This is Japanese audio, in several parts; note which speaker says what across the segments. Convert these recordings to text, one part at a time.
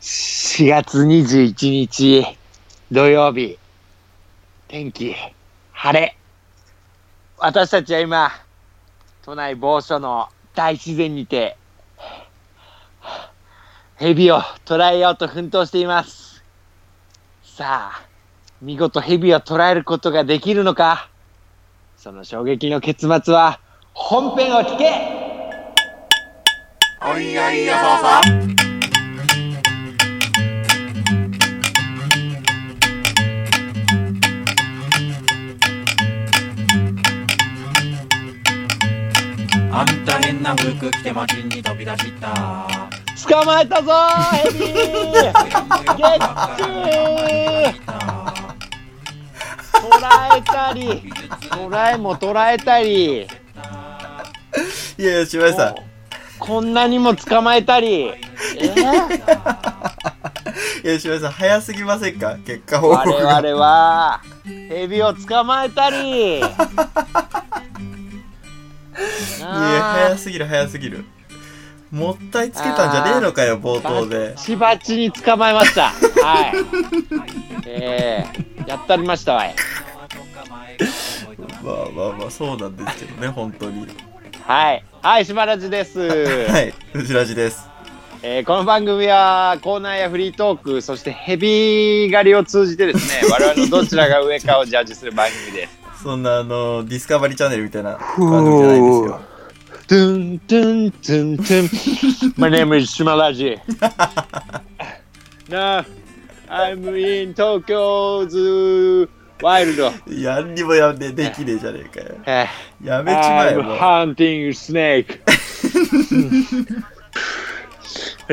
Speaker 1: 4月21日土曜日、天気、晴れ。私たちは今、都内某所の大自然にて、蛇を捉えようと奮闘しています。さあ、見事蛇を捉えることができるのかその衝撃の結末は、本編を聞け
Speaker 2: おいやいやばばあんた変な服着て街に飛び出した
Speaker 1: 捕まえたぞ蛇ゲッチュー捉えたり、捉えも捉えたり、
Speaker 3: いやいや、島井さん。
Speaker 1: こんなにも捕まえたり、えー
Speaker 3: いや、島井さん、早すぎませんか結果報告が。
Speaker 1: 我々は、蛇を捕まえたり、ない
Speaker 3: や、
Speaker 1: あ
Speaker 3: 早すぎる、早すぎる。もったいつけたんじゃねえのかよ、冒頭で
Speaker 1: バ。チバチに捕まえました。はい。えー、やったりましたわい。
Speaker 3: まあまあまあ、そうなんですけどね、本当に。
Speaker 1: はい。はい、しばらじです。
Speaker 3: はい、藤ラジです。
Speaker 1: えーこの番組はコーナーやフリートークそしてヘビ狩りを通じてですね我々のどちらが上かをジャッジする番組です。
Speaker 3: そんな、あの、ディスカバリーチャンネルみたいな番組じゃないですよ。
Speaker 1: トゥントゥントゥントゥン My name is シマラジ Now I'm in Tokyo's Wild
Speaker 3: やんにもやんで、できねえじゃねえかよ。
Speaker 1: Eh,
Speaker 3: やめちまえ
Speaker 1: I'm
Speaker 3: よ、もう。
Speaker 1: hunting snakeうん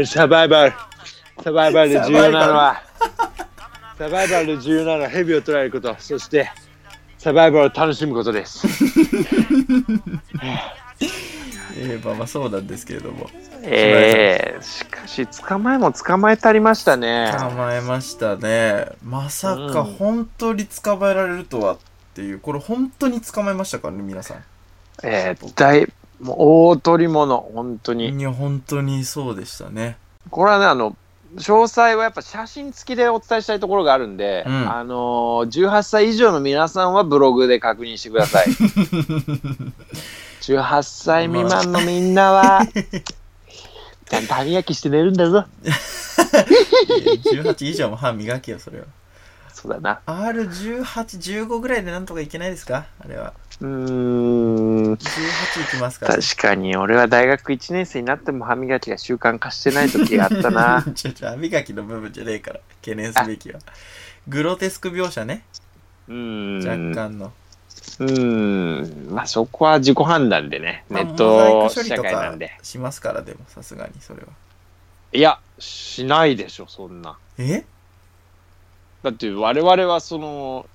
Speaker 1: サバイバルサバイバルで重要なのはサバイバルで重要なのはヘビを捕らえることそしてサバイバルを楽しむこと です
Speaker 3: ええまあまあ、そうなんですけれども。
Speaker 1: ええしかし捕まえも捕まえたりましたね
Speaker 3: 捕まえましたね。まさか、
Speaker 1: うん
Speaker 3: 本当に捕まえられるとはっていう、これ本当に捕まえましたからね、皆さん。
Speaker 1: えー、大もう大取り物本当に
Speaker 3: いや、本当にそうでした ね。
Speaker 1: これはねあの詳細はやっぱ写真付きでお伝えしたいところがあるんで、
Speaker 3: うん
Speaker 1: あのー18歳以上の皆さんはブログで確認してくだ さい18歳未満のみんなはちゃんと歯磨きして寝るんだぞ
Speaker 3: いや18以上も歯磨きよ、それは。
Speaker 1: そうだな
Speaker 3: R18、15ぐらいでなんとかいけないですかあれは。
Speaker 1: うーん
Speaker 3: 18いきますから。
Speaker 1: 確かに俺は大学1年生になっても歯磨きが習慣化してない時があった な
Speaker 3: ちょちょ、歯磨きの部分じゃねえから、懸念すべきは。グロテスク描写ね、
Speaker 1: うー
Speaker 3: 若
Speaker 1: ん
Speaker 3: 干
Speaker 1: う
Speaker 3: の。
Speaker 1: ーん、まあそこは自己判断でね、
Speaker 3: ま
Speaker 1: ネ
Speaker 3: あ
Speaker 1: ット社
Speaker 3: と
Speaker 1: 会な
Speaker 3: か
Speaker 1: んで。
Speaker 3: しますから、でも、さすがに、それは。
Speaker 1: いや、しないでしょ、そんな。
Speaker 3: え
Speaker 1: だって我々はその、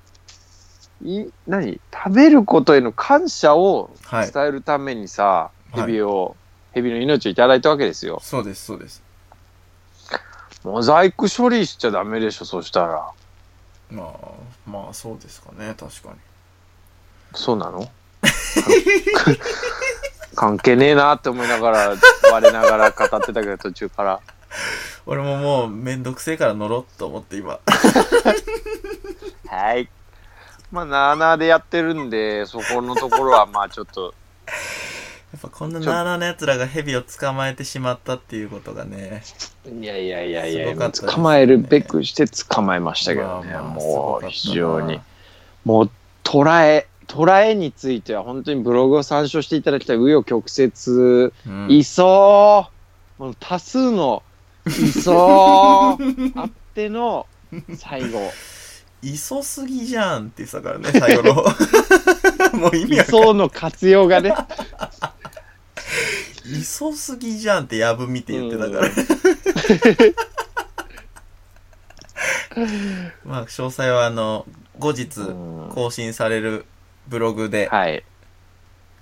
Speaker 1: い何食べることへの感謝を
Speaker 3: はい
Speaker 1: 伝えるためにさ、
Speaker 3: はい
Speaker 1: 蛇を、蛇の命をいただいたわけですよ。
Speaker 3: そうです、そうです。
Speaker 1: モザイク処理しちゃダメでしょ、そしたら。
Speaker 3: まあ、まあ、そうですかね、確かに。
Speaker 1: そうな の関係ねえなって思いながら、我ながら語ってたけど、途中から。
Speaker 3: 俺ももう、めんどくせえから乗ろうと思って、今。
Speaker 1: はい。まあ、なあなあでやってるんで、そこのところは、まあ、ちょっと、
Speaker 3: やっぱこんななあなあの奴らが蛇を捕まえてしまったっていうことがね。
Speaker 1: いやいやいやいや、
Speaker 3: すごかったですね
Speaker 1: 捕まえるべくして捕まえましたけどね、
Speaker 3: まあまあ
Speaker 1: もう、非
Speaker 3: すご
Speaker 1: 常
Speaker 3: かったな
Speaker 1: に。もう、捉え、捉えについては、本当にブログを参照していただきたい、紆余曲
Speaker 3: うん
Speaker 1: 折、いそう、もう多数の、い そうあっての、最後、
Speaker 3: いそすぎじゃんって言ってたからね、最後の。 もう意味
Speaker 1: い
Speaker 3: わかんな
Speaker 1: そうの活用がね、
Speaker 3: い。いそすぎじゃんってやぶみって言ってたからね。まあ、詳細はあの、後日
Speaker 1: うん
Speaker 3: 更新されるブログで、
Speaker 1: はい。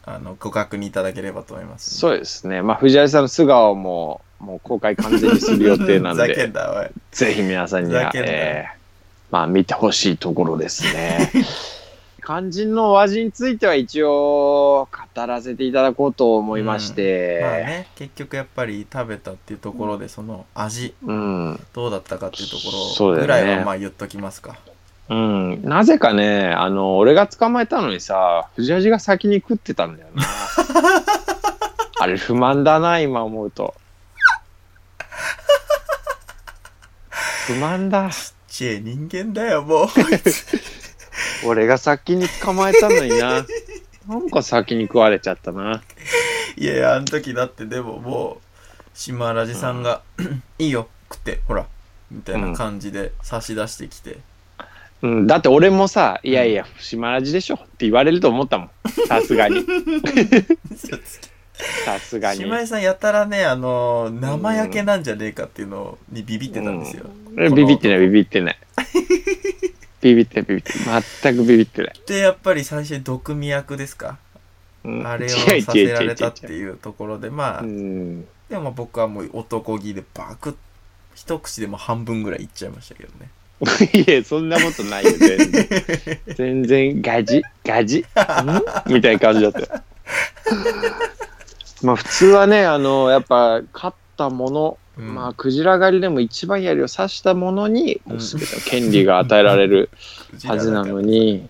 Speaker 3: あの、ご確認いただければと思います。
Speaker 1: そうですね。まあ、藤原さんの素顔も、もう公開完全にする予定なん
Speaker 3: ふざけ
Speaker 1: で、
Speaker 3: んな、おい。
Speaker 1: ぜひ皆さんに
Speaker 3: ふざ
Speaker 1: は、
Speaker 3: けんな
Speaker 1: えーまあ、見てほしいところですね。肝心のお味については一応語らせていただこうと思いまし
Speaker 3: まあ
Speaker 1: て、
Speaker 3: ね、結局やっぱり食べたっていうところで、その味、
Speaker 1: うん、
Speaker 3: どうだったかっていうとこ
Speaker 1: そう
Speaker 3: ろ
Speaker 1: だよね
Speaker 3: ぐらいはまあ言っときますか。
Speaker 1: うん、なぜかね、あの、俺が捕まえたのにさ、藤味が先に食ってたんだよ な。あれ不満だな、今思うと。不満だ。
Speaker 3: ちえ、人間だよ、もう。
Speaker 1: 俺が先に捕まえたのにな。なんか先に食われちゃったな。
Speaker 3: いやいや、あの時だってでももう、島ラジさんが、 いいよ、食って、ほら、みたいな感じで差し出してきて。
Speaker 1: うん、だって俺もさ、いやいや、島ラジでしょって言われると思ったもん。さすが に。さすがに。
Speaker 3: 島井さんやたらね、あのー生焼けなんじゃねえかっていうのにビビってたんですよ。
Speaker 1: 俺ビビってない、ビビって ない。ビビってない、ビビってない。全くビビってない。
Speaker 3: で、やっぱり最初に毒味役ですか、
Speaker 1: うん
Speaker 3: あれを
Speaker 1: 違う
Speaker 3: させら
Speaker 1: 違う違う違
Speaker 3: れ
Speaker 1: う
Speaker 3: たっていうところで、まあ
Speaker 1: う、ん
Speaker 3: でも僕はもう男気でバクッ、一口でも半分ぐらいいっちゃいましたけどね。
Speaker 1: いや、そんなことないよ、全然。 全然、ガジ、ガジ、んみたいな感じだったよ。 まあ、普通はね、あの、やっぱ、勝ったもの、
Speaker 3: うん
Speaker 1: まあ、クジラ狩りでも一番槍を刺したものに、
Speaker 3: うん
Speaker 1: すべての権利が与えられるはずなのに、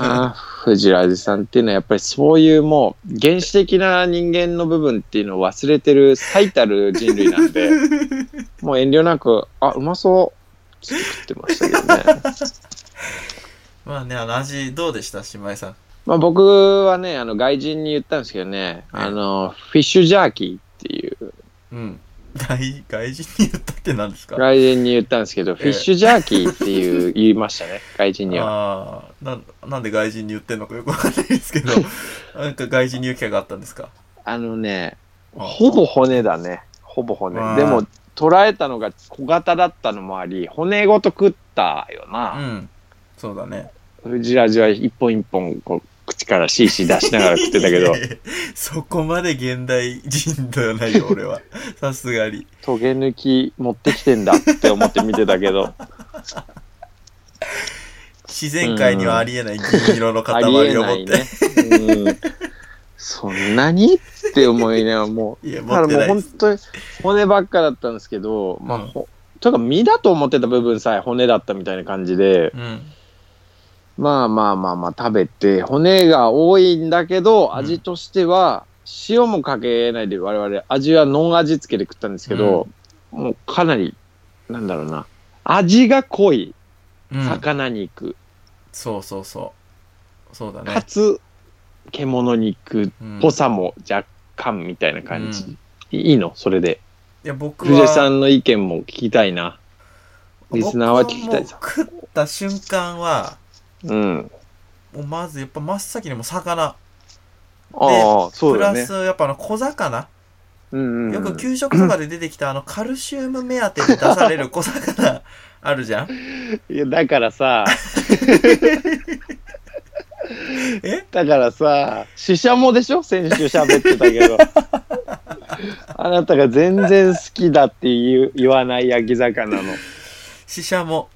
Speaker 1: ああ藤原さんっていうのはやっぱりそういうもう、原始的な人間の部分っていうのを忘れてる最たる人類なんで、 もう遠慮なく、あ、うまそう。つって食ってましたけどね。
Speaker 3: まあね、あの味どうでした島井さん。
Speaker 1: まあ僕はね、あの外人に言ったんですけどね、あの、フィッシュジャーキーっていう、
Speaker 3: うん。外外人に言ったって何ですか
Speaker 1: 外人に言ったんですけど、フィッシュジャーキーっていう言いましたね、外人には。
Speaker 3: ああなんなんで外人に言ってんのかよくわかんないです けどなんか外人に言う機会があったんですか
Speaker 1: あのね、
Speaker 3: あ
Speaker 1: ほぼ骨だね、ほぼ骨
Speaker 3: あ。ー
Speaker 1: でも、捉えたのが小型だったのもあり、骨ごと食ったよ
Speaker 3: う
Speaker 1: な。
Speaker 3: んそうだね
Speaker 1: 藤ラジは一本一本、こう、口からシーシー出しながら食ってた けど
Speaker 3: い、やいやそこまで現代人ではないよ俺はさすがに
Speaker 1: トゲ抜き持ってきてんだって思って見てたけど、
Speaker 3: 自然界にはありえない銀色の
Speaker 1: ありえ
Speaker 3: 塊を
Speaker 1: な
Speaker 3: 持
Speaker 1: い
Speaker 3: って
Speaker 1: ね。うん、そんなにって思いながらもう。
Speaker 3: いや
Speaker 1: だか
Speaker 3: 持
Speaker 1: らもう
Speaker 3: ってないで
Speaker 1: 本
Speaker 3: す
Speaker 1: 当に骨ばっかだったんですけど、まあ、
Speaker 3: うん
Speaker 1: ほというか身だと思ってた部分さえ骨だったみたいな感じで、
Speaker 3: うん
Speaker 1: まあまあまあまあ食べて、骨が多いんだけど、
Speaker 3: ん
Speaker 1: 味としては、塩もかけないで我々、味はノン味付けで食ったんですけど、もうかなり、なんだろうな、味が濃い
Speaker 3: うん
Speaker 1: 魚肉、
Speaker 3: そうそうそうそうだ
Speaker 1: か
Speaker 3: ね
Speaker 1: つ獣肉
Speaker 3: うん
Speaker 1: ぽさも若干みたいな感じ。
Speaker 3: うん
Speaker 1: いいのそれで。
Speaker 3: いや僕
Speaker 1: 藤井さ
Speaker 3: は
Speaker 1: んの意見も聞きたいな。リスナーは聞きたいです
Speaker 3: 僕はもう食った瞬間は
Speaker 1: うん。
Speaker 3: もうまずやっぱ真っ先にもう魚
Speaker 1: ああ、そう
Speaker 3: プ
Speaker 1: だ
Speaker 3: ラ
Speaker 1: ね
Speaker 3: ス。やっぱあの小魚、
Speaker 1: うんうん、
Speaker 3: よく給食とかで出てきたあのカルシウム目当てで出される小魚あるじゃん
Speaker 1: いやだからさ、
Speaker 3: え
Speaker 1: だからさ、ししゃもでしょ先週喋ってた けど。あなたが全然好きだって言う言わない焼き魚の。
Speaker 3: シシャモ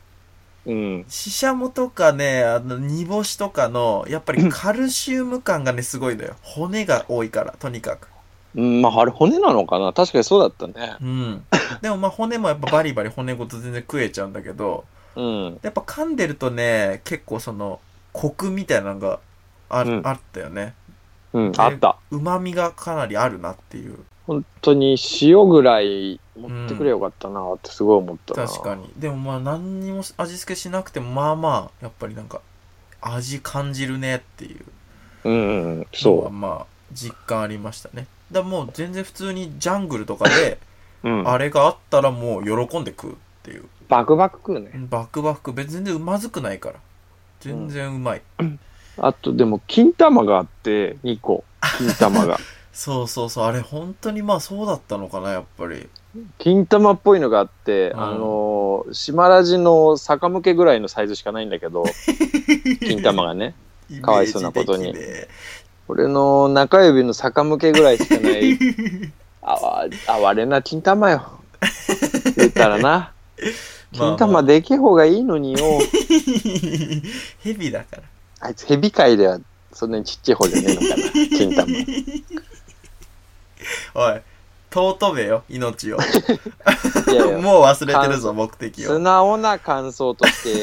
Speaker 1: うん。
Speaker 3: シシャモとかねあの煮干しとかのやっぱりカルシウム感がねすごいのよ骨が多いからとにかく
Speaker 1: うん、まあ、あれ骨なのかな確かにそうだったね。
Speaker 3: うんでもまあ骨もやっぱバリバリ骨ごと全然食えちゃうんだけど
Speaker 1: うん。
Speaker 3: やっぱ噛んでるとね結構そのコクみたいなのがあ,、
Speaker 1: うん
Speaker 3: あったよね
Speaker 1: うん、あった。
Speaker 3: うまみがかなりあるなっていう
Speaker 1: 本当に塩ぐらい持ってくれよかったなってすごい思ったな。
Speaker 3: 確かにでもまあ何にも味付けしなくてもまあまあやっぱりなんか味感じるねっていう
Speaker 1: うんうん、
Speaker 3: のは
Speaker 1: そ
Speaker 3: まあ実感ありましたねだからもう全然普通にジャングルとかで
Speaker 1: う。うん。
Speaker 3: あれがあったらもう喜んで食うっていう
Speaker 1: バクバク食うね。
Speaker 3: バクバク別に全然うまずくないから全然うまい、
Speaker 1: あと、でも、金玉があって、2個。金玉が。
Speaker 3: そうそうそうあれ本当にまあそうだったのかなやっぱり
Speaker 1: 金玉っぽいのがあって、
Speaker 3: うん
Speaker 1: あのー、島ラジの坂向けぐらいのサイズしかないんだけ ど、金玉がね。かわいそうなことに
Speaker 3: イメージ的で
Speaker 1: 俺の中指の坂向けぐらいしか ない、あわ、哀れな金玉よ。言った らな。
Speaker 3: まあまあ
Speaker 1: 金玉でけえ方がいいのによ。
Speaker 3: ヘビだから
Speaker 1: あいつヘビ界ではそんなにちっちゃい方じゃねえのかな金玉
Speaker 3: おい尊べよ命を
Speaker 1: いやいや
Speaker 3: もう忘れてるぞ目的
Speaker 1: 素
Speaker 3: を
Speaker 1: 直な感想と して、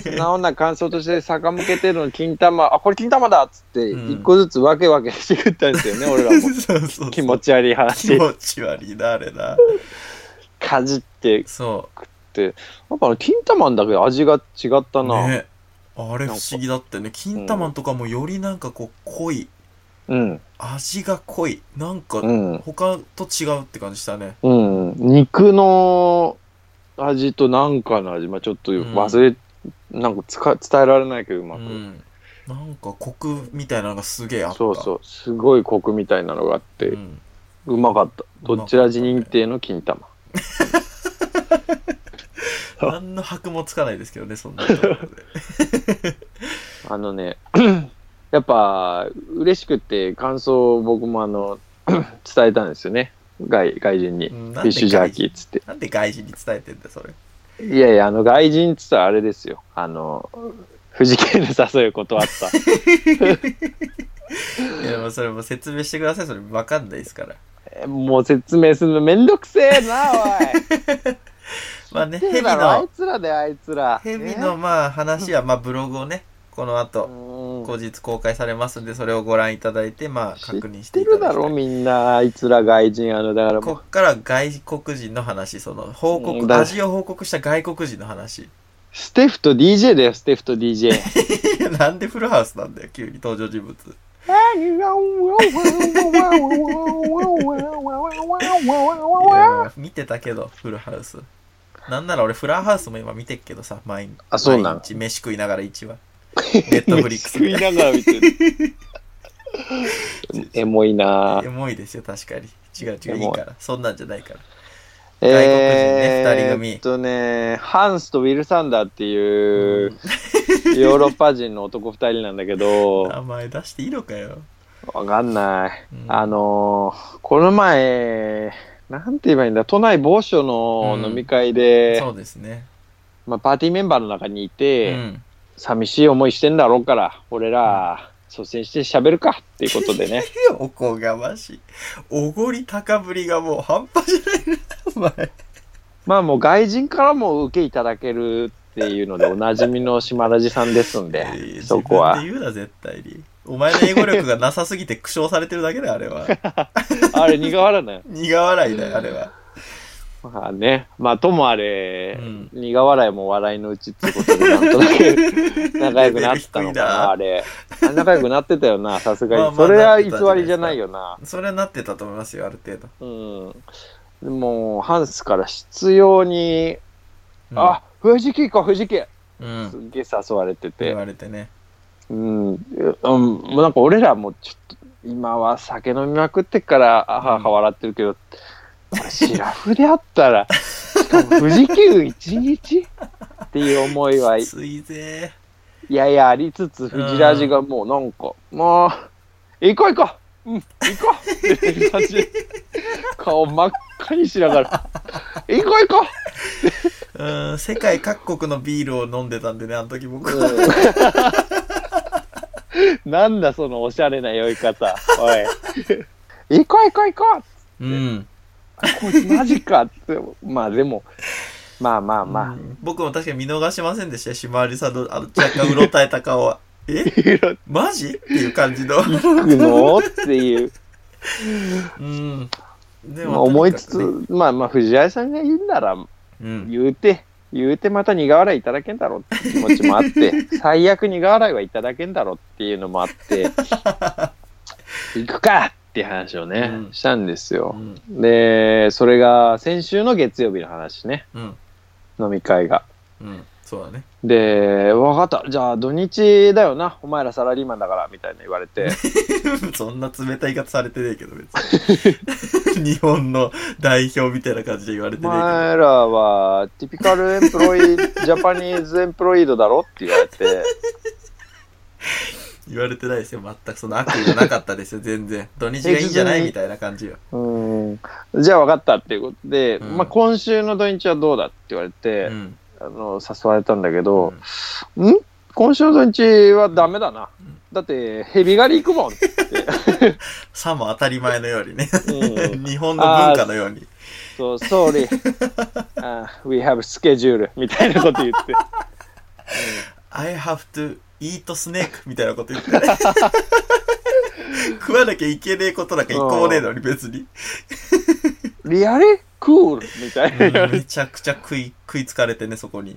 Speaker 1: 素直な感想として、逆向けてるのに金玉、あ、これ金玉だっつって、
Speaker 3: うん
Speaker 1: 一個ずつわけわけしてくったんですよね、俺らも。
Speaker 3: そうそうそう
Speaker 1: 気持ち悪い
Speaker 3: 気
Speaker 1: 話。
Speaker 3: 持ち悪いなあれな
Speaker 1: かじって、やっ
Speaker 3: そ
Speaker 1: ぱあの金玉んだけど味が違った
Speaker 3: う
Speaker 1: な。
Speaker 3: ねあれ不思議だったよね金玉とかもよりなんかこう濃い
Speaker 1: うん。
Speaker 3: 味が濃いなんか
Speaker 1: うん。
Speaker 3: 他と違うって感じしたね
Speaker 1: うん。肉の味となんかの味、まあちょっと忘れ、なんかつか伝えられないけど、う
Speaker 3: う
Speaker 1: まく。
Speaker 3: んなんかコクみたいなのがすげえあった
Speaker 1: そうそう。すごいコクみたいなのがあって、
Speaker 3: うん
Speaker 1: うまかった。どっちらじ認定の金玉。
Speaker 3: 何の箔もつかないですけどねそんなところで
Speaker 1: あのね、 やっぱ嬉しくて感想を僕もあの 伝えたんですよね。外外人に。
Speaker 3: う
Speaker 1: フ ィ
Speaker 3: ん
Speaker 1: ッシュジャーキーっつって。
Speaker 3: なんで外人に伝えてんだよ それ
Speaker 1: いやいや、あの外人っつったらあれですよ。あの、藤木の誘いを断った。
Speaker 3: いやもうそれも説明してくださいそれわかんないですから
Speaker 1: えもう説明するのめんどくせえな、おい。
Speaker 3: まあね
Speaker 1: 知ってるだろ
Speaker 3: 蛇の
Speaker 1: あいつらだよ、あいつら。
Speaker 3: ヘビ
Speaker 1: ね
Speaker 3: のまあ話はまあブログをねこの後
Speaker 1: うん
Speaker 3: 後日公開されますんでそれをご覧いただいてまあ
Speaker 1: 知
Speaker 3: 確認し
Speaker 1: ってて
Speaker 3: いただ
Speaker 1: るだ
Speaker 3: きたい
Speaker 1: ろ、みんな。あいつら外人、あの、だからもう
Speaker 3: こっから外国人の話その報
Speaker 1: うん
Speaker 3: 告
Speaker 1: だ
Speaker 3: 味を報告した外国人の話
Speaker 1: ステフと DJ だよ、ステフと DJ。
Speaker 3: なんでフルハウスなんだよ急に登場人物いや見てたけどフルハウスなんなら俺フラハウスも今見てっけどさ毎日
Speaker 1: あそうなの
Speaker 3: 毎日飯食いながら1話ネットフリックス
Speaker 1: 飯食い
Speaker 3: で
Speaker 1: ながら見てる。エモいな
Speaker 3: エ
Speaker 1: ぁ。
Speaker 3: モいですよ確かに違う違
Speaker 1: エ
Speaker 3: う
Speaker 1: モい
Speaker 3: いいからそんなんじゃないから
Speaker 1: え
Speaker 3: 外国人
Speaker 1: えっとね、
Speaker 3: ね二人組
Speaker 1: ハンスとウィル・サンダーっていう、ヨーロッパ人の男二人なんだけど、
Speaker 3: 名前出していいのかよ、
Speaker 1: わかんない。
Speaker 3: うん
Speaker 1: あのー、この前、なんて言えばいいんだ、都内某所の飲み会で、
Speaker 3: そうですね、
Speaker 1: まあ、パーティーメンバーの中にいて、
Speaker 3: うん
Speaker 1: 寂しい思いしてんだろうから、俺ら、率先して喋るかっていうことで ね。
Speaker 3: おこがましいおごり高ぶりがもう半端じゃないな
Speaker 1: まあもう外人からも受けいただけるっていうので、おなじみの島ラジさんですん
Speaker 3: お
Speaker 1: で
Speaker 3: 前、えー
Speaker 1: そこは。
Speaker 3: 自分で言うな絶対にお前の英語力がなさすぎて苦笑されてるだけだよあ れは
Speaker 1: あれ、苦笑いなよ。
Speaker 3: 苦笑いだよあれは
Speaker 1: まあね、まあともあれ、
Speaker 3: うん
Speaker 1: 苦笑いも笑いのうちってことで、なんとな く仲良くなったのかな、あれ。あ仲良くなってたよ な、さす
Speaker 3: まあ
Speaker 1: が
Speaker 3: ま
Speaker 1: に。
Speaker 3: あ
Speaker 1: それは偽りじゃないよな。
Speaker 3: それはなってたと思いますよある程度、
Speaker 1: うん。でも、ハンスから必要に、
Speaker 3: うん
Speaker 1: あ、藤木か、藤木
Speaker 3: うん
Speaker 1: すっげえ誘われてて
Speaker 3: 言。われてね
Speaker 1: うん、うん、もうなんか俺らもちょっと今は酒飲みまくってっからあはは笑ってるけど、これシラフであったらしかも富士急一日っていう思いは
Speaker 3: き
Speaker 1: い
Speaker 3: ついぜ
Speaker 1: ややありつつ富士ラジがもうなんか、もう行こう行こううん行こうっていう感じで顔真っ赤にしながら行こう行こ
Speaker 3: うん世界各国のビールを飲んでたんでねあの時僕
Speaker 1: う、
Speaker 3: は、
Speaker 1: うん、なんだそのおしゃれな酔い方おい行こう行こう行こう
Speaker 3: うん
Speaker 1: こいつマジかって、まあでも、まあまあまあ、
Speaker 3: うん僕も確かに見逃しませんでしたよひまわりさんのあの若干うろたえた顔 はえマジっていう感じの
Speaker 1: 行くのっていう、
Speaker 3: うんで
Speaker 1: まあ思いつ
Speaker 3: とにか
Speaker 1: つ、まあまあ、藤原さんが言うなら、
Speaker 3: くねうん、
Speaker 1: 言うて、言うてまた苦笑いいただけんだろうって気持ちもあ って、最悪苦笑いはいただけんだろうっていうのもあ って、行くかっていう話をね、
Speaker 3: うん
Speaker 1: したんです
Speaker 3: う
Speaker 1: よ。
Speaker 3: ん
Speaker 1: で、それが先週の月曜日の話ね、
Speaker 3: うん
Speaker 1: 飲み会が。
Speaker 3: うんそうだね
Speaker 1: で、わかった、じゃあ土日だよな、お前らサラリーマンだから、みたいな言われて、
Speaker 3: そんな冷たい言い方されてねえけど 別に日本の代表みたいな感じで言わ
Speaker 1: お
Speaker 3: れてね
Speaker 1: 前らはティピカルエンプロイジャパニーズエンプロイドだろって言われて
Speaker 3: えけど言われてないですよ全くその悪意がなかったですよ全然土日がいいんじゃないみたいな感じよ
Speaker 1: うんじゃあ分かったっていうことで、
Speaker 3: うん
Speaker 1: まあ、今週の土日はどうだって言われて
Speaker 3: う、ん
Speaker 1: あの誘われたんだけど
Speaker 3: うん、
Speaker 1: ん今週の土日はダメだな。だって、ヘビ狩り行く もん。
Speaker 3: さも当たり前のようにね。
Speaker 1: うん、
Speaker 3: 日本の文化のように。
Speaker 1: そう、sorry. あ we have schedule みたいなこと言って。
Speaker 3: I have to eat snake みたいなこと言って ね。食わなきゃいけねえことなんか一個もねえのに別に。
Speaker 1: リアルクールみたいな。
Speaker 3: めちゃくちゃ食い、食いつかれてね、そこに。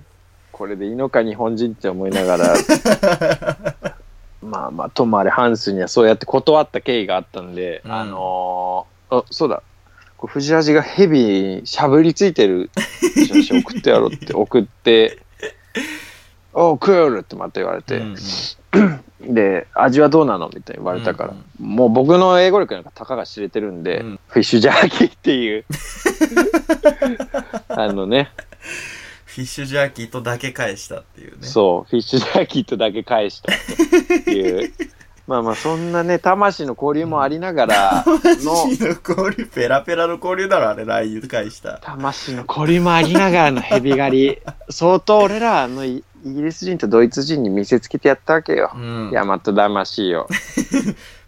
Speaker 1: これでいいのか日本人って思いなが ら。まあまあ、ともあれハンスにはそうやって断った経緯があったんで、
Speaker 3: うん
Speaker 1: あのーあ、そうだ。これ藤橋がヘビにしゃぶりついてる写真送ってやろうって送って、 おう、クールってまた言われて、
Speaker 3: うんうん
Speaker 1: で、味はどうなのみたいに言われたから、
Speaker 3: うんうん
Speaker 1: もう僕の英語力なんかたかが知れてるんで、
Speaker 3: うん
Speaker 1: フィッシュジャーキーって いう、あのね、
Speaker 3: フィッシュジャーキーとだけ返したっていう ね。
Speaker 1: そう、フィッシュジャーキットだけ返したって いう。まあまあ、そんなね、魂の交流もありなが らの、
Speaker 3: 魂の交流、ペラペラの交流だろ、あれ、ライン返した。
Speaker 1: 魂の交流もありながらのヘビ狩り。相当俺ら、あの、イイギリス人とドイツ人に見せつけてやったわけよ
Speaker 3: う。ん。
Speaker 1: 大和魂を。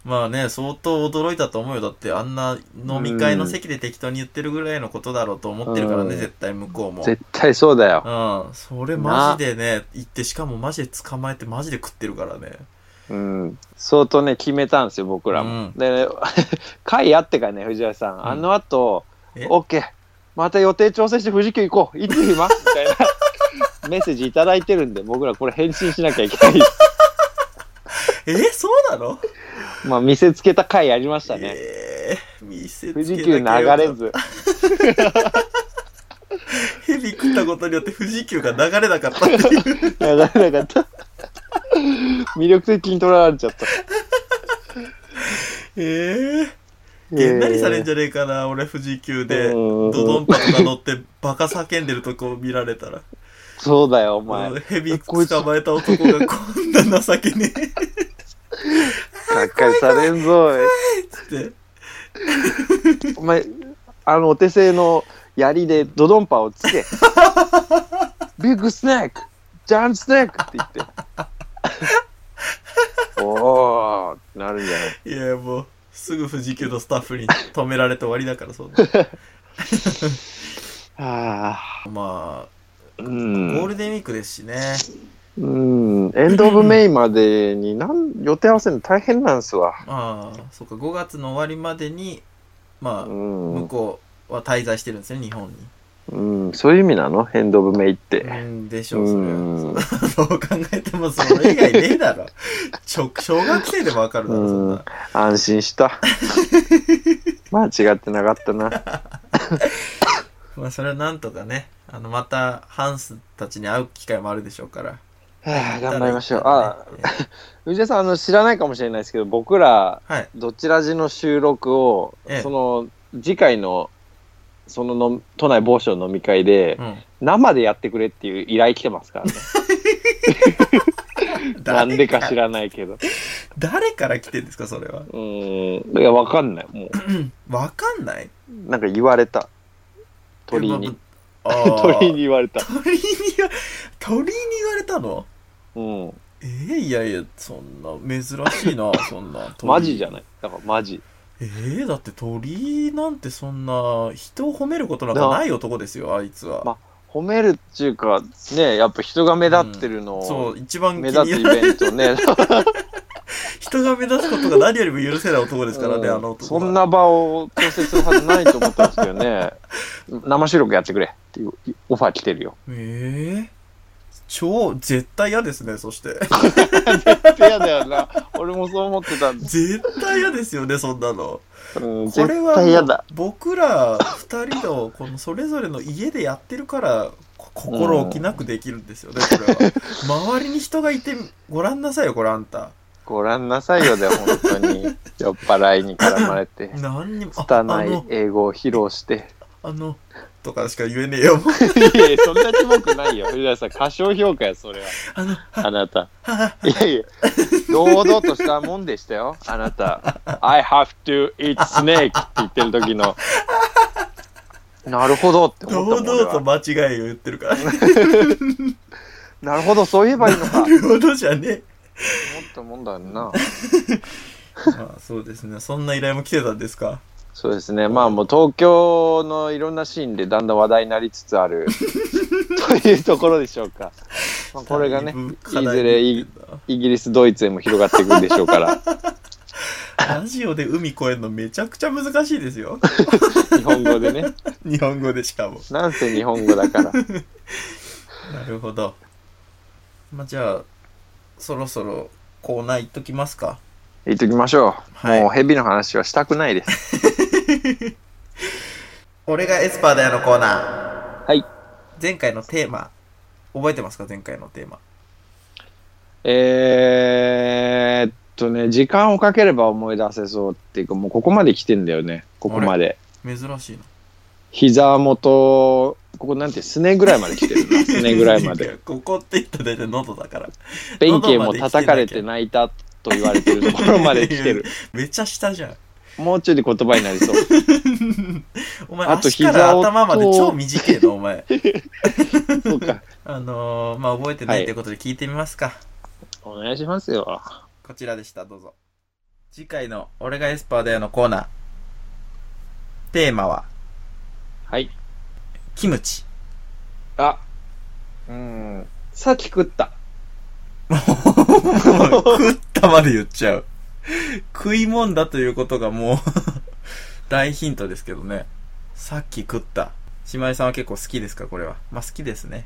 Speaker 3: まあね、相当驚いたと思うよ。だって、あんな飲み会の席で適当に言ってるぐらいのことだろうと思ってるからね、
Speaker 1: うん
Speaker 3: 絶対向こうも。
Speaker 1: 絶対そうだよ。
Speaker 3: うん。それマジでね、行って、しかもマジで捕まえてマジで食ってるからね。
Speaker 1: うん。相当ね、決めたんですよ、僕らも。
Speaker 3: うん
Speaker 1: で、 会あってからね、藤原さん。あの後、
Speaker 3: え
Speaker 1: オッケーまた予定調整して富士急行こういつ暇みたいな メッセージいただいてるんで僕らこれ返信しなきゃいけない
Speaker 3: え、そうなの
Speaker 1: まあ見せつけた回ありましたね、
Speaker 3: えー、見せ
Speaker 1: 富
Speaker 3: つ
Speaker 1: 士
Speaker 3: け
Speaker 1: 急流
Speaker 3: なきゃよかった
Speaker 1: れ。ず
Speaker 3: ヘビ食ったことによって富士急が流れなかったっ ていう。
Speaker 1: 流れなかった魅力的にとらわれちゃった
Speaker 3: えー。げんなりされんじ
Speaker 1: ゃ
Speaker 3: ゃねえかな、俺富士急で、
Speaker 1: うん
Speaker 3: ドドンパとか乗ってバカ叫んでるとこ見られたら。
Speaker 1: そうだよお 前
Speaker 3: うんヘビ
Speaker 1: えこいつ
Speaker 3: 捕まえた男がこんな情けねえ
Speaker 1: がっかりされんぞおい
Speaker 3: って。
Speaker 1: お前あのお手製の槍でドドンパをつ けビッグスネークジャンプスネークって言 っておーってなるんじゃない
Speaker 3: いや、もう、すぐ富士急のスタッフに止められて終わりだから、そんな。
Speaker 1: あ
Speaker 3: ま
Speaker 1: あ、う
Speaker 3: あ、ゴー
Speaker 1: ん。
Speaker 3: ルデンウィークですしね。
Speaker 1: うん。エンド・オブ・メイまでになん予定合わせるの大変なんすわ。
Speaker 3: ああ、そっか、5月の終わりまでに、
Speaker 1: う
Speaker 3: まあ、
Speaker 1: ん
Speaker 3: 向。こうは滞在してるんですね、日本に。
Speaker 1: うん、そういう意味なのエンド・オブ・メイっ
Speaker 3: う
Speaker 1: て。
Speaker 3: んでし
Speaker 1: う
Speaker 3: ょう、それは。
Speaker 1: ん。
Speaker 3: どう考えてもそれ以外ねえだろ。 ちょ小学生でもわかるだろ、そん
Speaker 1: うん
Speaker 3: な。。
Speaker 1: 安心 した。間違ってなかったな。
Speaker 3: まあそれはなんとかね、あのまたハンスたちに会う機会もあるでしょうから。
Speaker 1: はあ頑張りましょう。
Speaker 3: た
Speaker 1: あ
Speaker 3: だ、
Speaker 1: 藤井さん、あの、知らないかもしれないですけど、僕ら、
Speaker 3: はい。
Speaker 1: どちらじの収録を
Speaker 3: ええ、
Speaker 1: その、次回の、そのの都内某所の飲み会で
Speaker 3: う、
Speaker 1: 生でやってくれっていう依頼来てます からね。
Speaker 3: ん。
Speaker 1: なんでか知
Speaker 3: ら。
Speaker 1: らないけど。
Speaker 3: 誰から来てんですか、それは。
Speaker 1: うーん。いや、わかんない。も、
Speaker 3: わかんないう
Speaker 1: なんか言われた。鳥居に。。
Speaker 3: あー
Speaker 1: 鳥居に。言われた。
Speaker 3: 鳥に言わ、鳥に言われたの
Speaker 1: うん。
Speaker 3: えー、いやいや、そんな、珍しいな、そんな。
Speaker 1: マジじゃ
Speaker 3: い
Speaker 1: ない。だからマジ。
Speaker 3: えー、だって鳥なんてそんな、人を褒めることなんかない男ですよ、あいつは。
Speaker 1: ま褒めるっていうか、ね、やっぱ人が目立ってるの
Speaker 3: そ
Speaker 1: を、
Speaker 3: う、一番気
Speaker 1: 目
Speaker 3: に
Speaker 1: 立つイベントね。
Speaker 3: 人が目立つことが何よりも許せない男ですからね、
Speaker 1: うん
Speaker 3: あの男
Speaker 1: そ
Speaker 3: は。
Speaker 1: んな場を調整するはずないと思ったんですけど ね。生収録やってくれっていうオファー来てるよ。
Speaker 3: ええ超、絶対嫌ですね、そして。
Speaker 1: 嫌だよな。俺もそう思ってたんです。
Speaker 3: 絶対嫌ですよね、そんなの。
Speaker 1: うん、
Speaker 3: こ
Speaker 1: 絶
Speaker 3: れは
Speaker 1: 対嫌だ。、
Speaker 3: 僕ら二人の、このそれぞれの家でやってるから、こ心置きなくできるんですよね、これは。周りに人がいて、ご覧なさいよ、これあんた。
Speaker 1: ご覧なさいよで、本当 に。酔っ払いに絡まれて。
Speaker 3: 何にも、ああ
Speaker 1: 拙い
Speaker 3: の、
Speaker 1: 英語を披露して。
Speaker 3: あの、とかしか言えねえよ、も う。
Speaker 1: いやいや、そんなキモくないよ。藤田さん、過小評価や、それは。
Speaker 3: あの、
Speaker 1: あなた。
Speaker 3: はい
Speaker 1: やいや、堂々としたもんでしたよ、あなた。I have to eat snake って言ってる時の。なるほどって思ったも
Speaker 3: 堂
Speaker 1: ん
Speaker 3: 々と
Speaker 1: 俺は
Speaker 3: 間違いを言ってるから。
Speaker 1: なるほど、そう言えばいいのか。
Speaker 3: な
Speaker 1: 思っ
Speaker 3: るほどじゃねえ。
Speaker 1: たもんだよな。
Speaker 3: まあそうですね。そんな依頼も来てたんですか。
Speaker 1: そうですね。まあもう東京のいろんなシーンでだんだん話題になりつつあるというところでしょうか。まあ、これがね
Speaker 3: だぶ、課
Speaker 1: い
Speaker 3: 題
Speaker 1: ずれ
Speaker 3: にな
Speaker 1: イ
Speaker 3: ってんだ
Speaker 1: イギリス、ドイツへも広がっていくんでしょうから、
Speaker 3: ラジオで海越えるのめちゃくちゃ難しいで すよ。
Speaker 1: 日本語でね。
Speaker 3: 日本語でしかも。
Speaker 1: なんせ日本語だから。
Speaker 3: なるほど。まあじゃあ、そろそろコーナー行っときますか。
Speaker 1: 言っときましょう。
Speaker 3: はい
Speaker 1: もう蛇の話はしたくないです。
Speaker 3: 俺がエスパーだよのコーナー。
Speaker 1: はい。
Speaker 3: 前回のテーマ、覚えてますか前回のテーマ。
Speaker 1: えー、っとね、時間をかければ思い出せそうっていうか、もうここまで来てんだよね。ここまで。
Speaker 3: 珍しいな。
Speaker 1: 膝元、ここなんてすねぐらいまで来てる な。すねぐらいまで。。
Speaker 3: ここって言ったら大体喉だから。
Speaker 1: 弁慶も叩かれて泣いたと言われてるところまで来てる。
Speaker 3: めっちゃ下じゃん。
Speaker 1: もうちょいで言葉になりそう。
Speaker 3: お前、
Speaker 1: あと
Speaker 3: 足から
Speaker 1: 膝を
Speaker 3: 頭まで
Speaker 1: と
Speaker 3: 超短いの、お前。
Speaker 1: そうか。
Speaker 3: あのー、まあ、覚えてな
Speaker 1: はいい
Speaker 3: ということで聞いてみますか。
Speaker 1: お願いしますよ。
Speaker 3: こちらでした、どうぞ。次回の俺がエスパーだよのコーナー。テーマは、
Speaker 1: はい。
Speaker 3: キ ムチ。
Speaker 1: あ、うん。さっき食った。
Speaker 3: 食ったまで言っちゃう。食いもんだということがもう、 大ヒントですけどね。さっき食った。姉妹さんは結構好きですかこれは。まあ好きですね。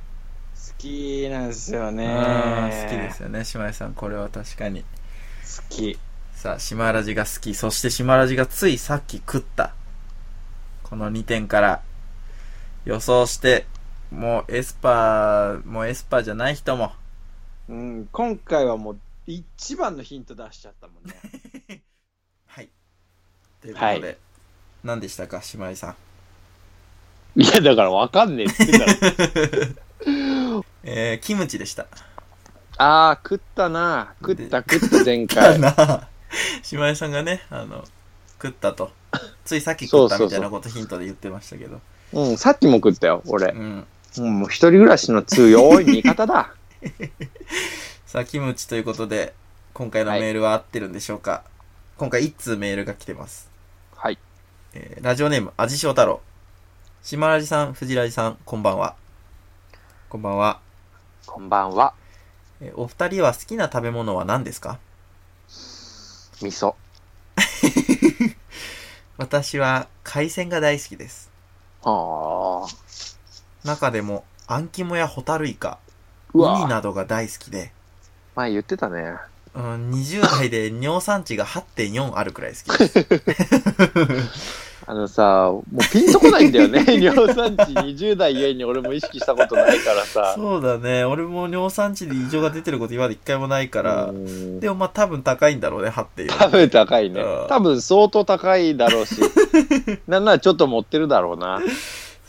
Speaker 1: 好きなんですよね
Speaker 3: うん好きですよね。姉妹さん、これは確かに。
Speaker 1: す。好き。
Speaker 3: さあ、島ラジが好き、そして島ラジがついさっき食った。この2点から予想して、もうエスパー、もうエスパーじゃない人も。
Speaker 1: うん、今回はもう一番のヒント出しちゃったもんね。
Speaker 3: はい。ということで、
Speaker 1: は
Speaker 3: 何でしたか、島井さん。
Speaker 1: いや、だからわかんねえって言ってたろ。
Speaker 3: えー、キムチでした。
Speaker 1: あー、食ったな。食った食った前
Speaker 3: だ
Speaker 1: 回。
Speaker 3: な島井さんがね、あの、食ったと。ついさっき食った
Speaker 1: そうそうそう
Speaker 3: みたいなことヒントで言ってましたけど。
Speaker 1: うん、さっきも食ったよ、俺。
Speaker 3: うん。
Speaker 1: うん、もう一人暮らしの強い味方 だ。
Speaker 3: さあ、キムチということで、今回のメールは合ってるんでしょうか、今回1通メールが来てます。
Speaker 1: はい。
Speaker 3: えーラジオネーム、味塩太郎。島ラジさん、藤ラジさん、こんばんは。こんばんは。
Speaker 1: こんばんは。
Speaker 3: えーお二人は好きな食べ物は何ですか
Speaker 1: 味噌。
Speaker 3: 私は海鮮が大好きです。
Speaker 1: ああ。
Speaker 3: 中でも、アンキモやホタルイカ、
Speaker 1: う
Speaker 3: ウ
Speaker 1: わ
Speaker 3: ニなどが大好きで、
Speaker 1: 前言ってたね。
Speaker 3: うん、20代で尿酸値が8.4あるくらい好きです。
Speaker 1: あのさ、もうピンとこないんだよね。 尿酸値20代ゆえに俺も意識したことないからさ。
Speaker 3: そうだね。俺も尿酸値で異常が出てること今まで一回もないか
Speaker 1: う
Speaker 3: ら、
Speaker 1: ん
Speaker 3: でもまあ多分高いんだろうね、8.4。
Speaker 1: 多分高いね
Speaker 3: うん。
Speaker 1: 多分相当高いだろう し。なんならちょっと持ってるだろうな。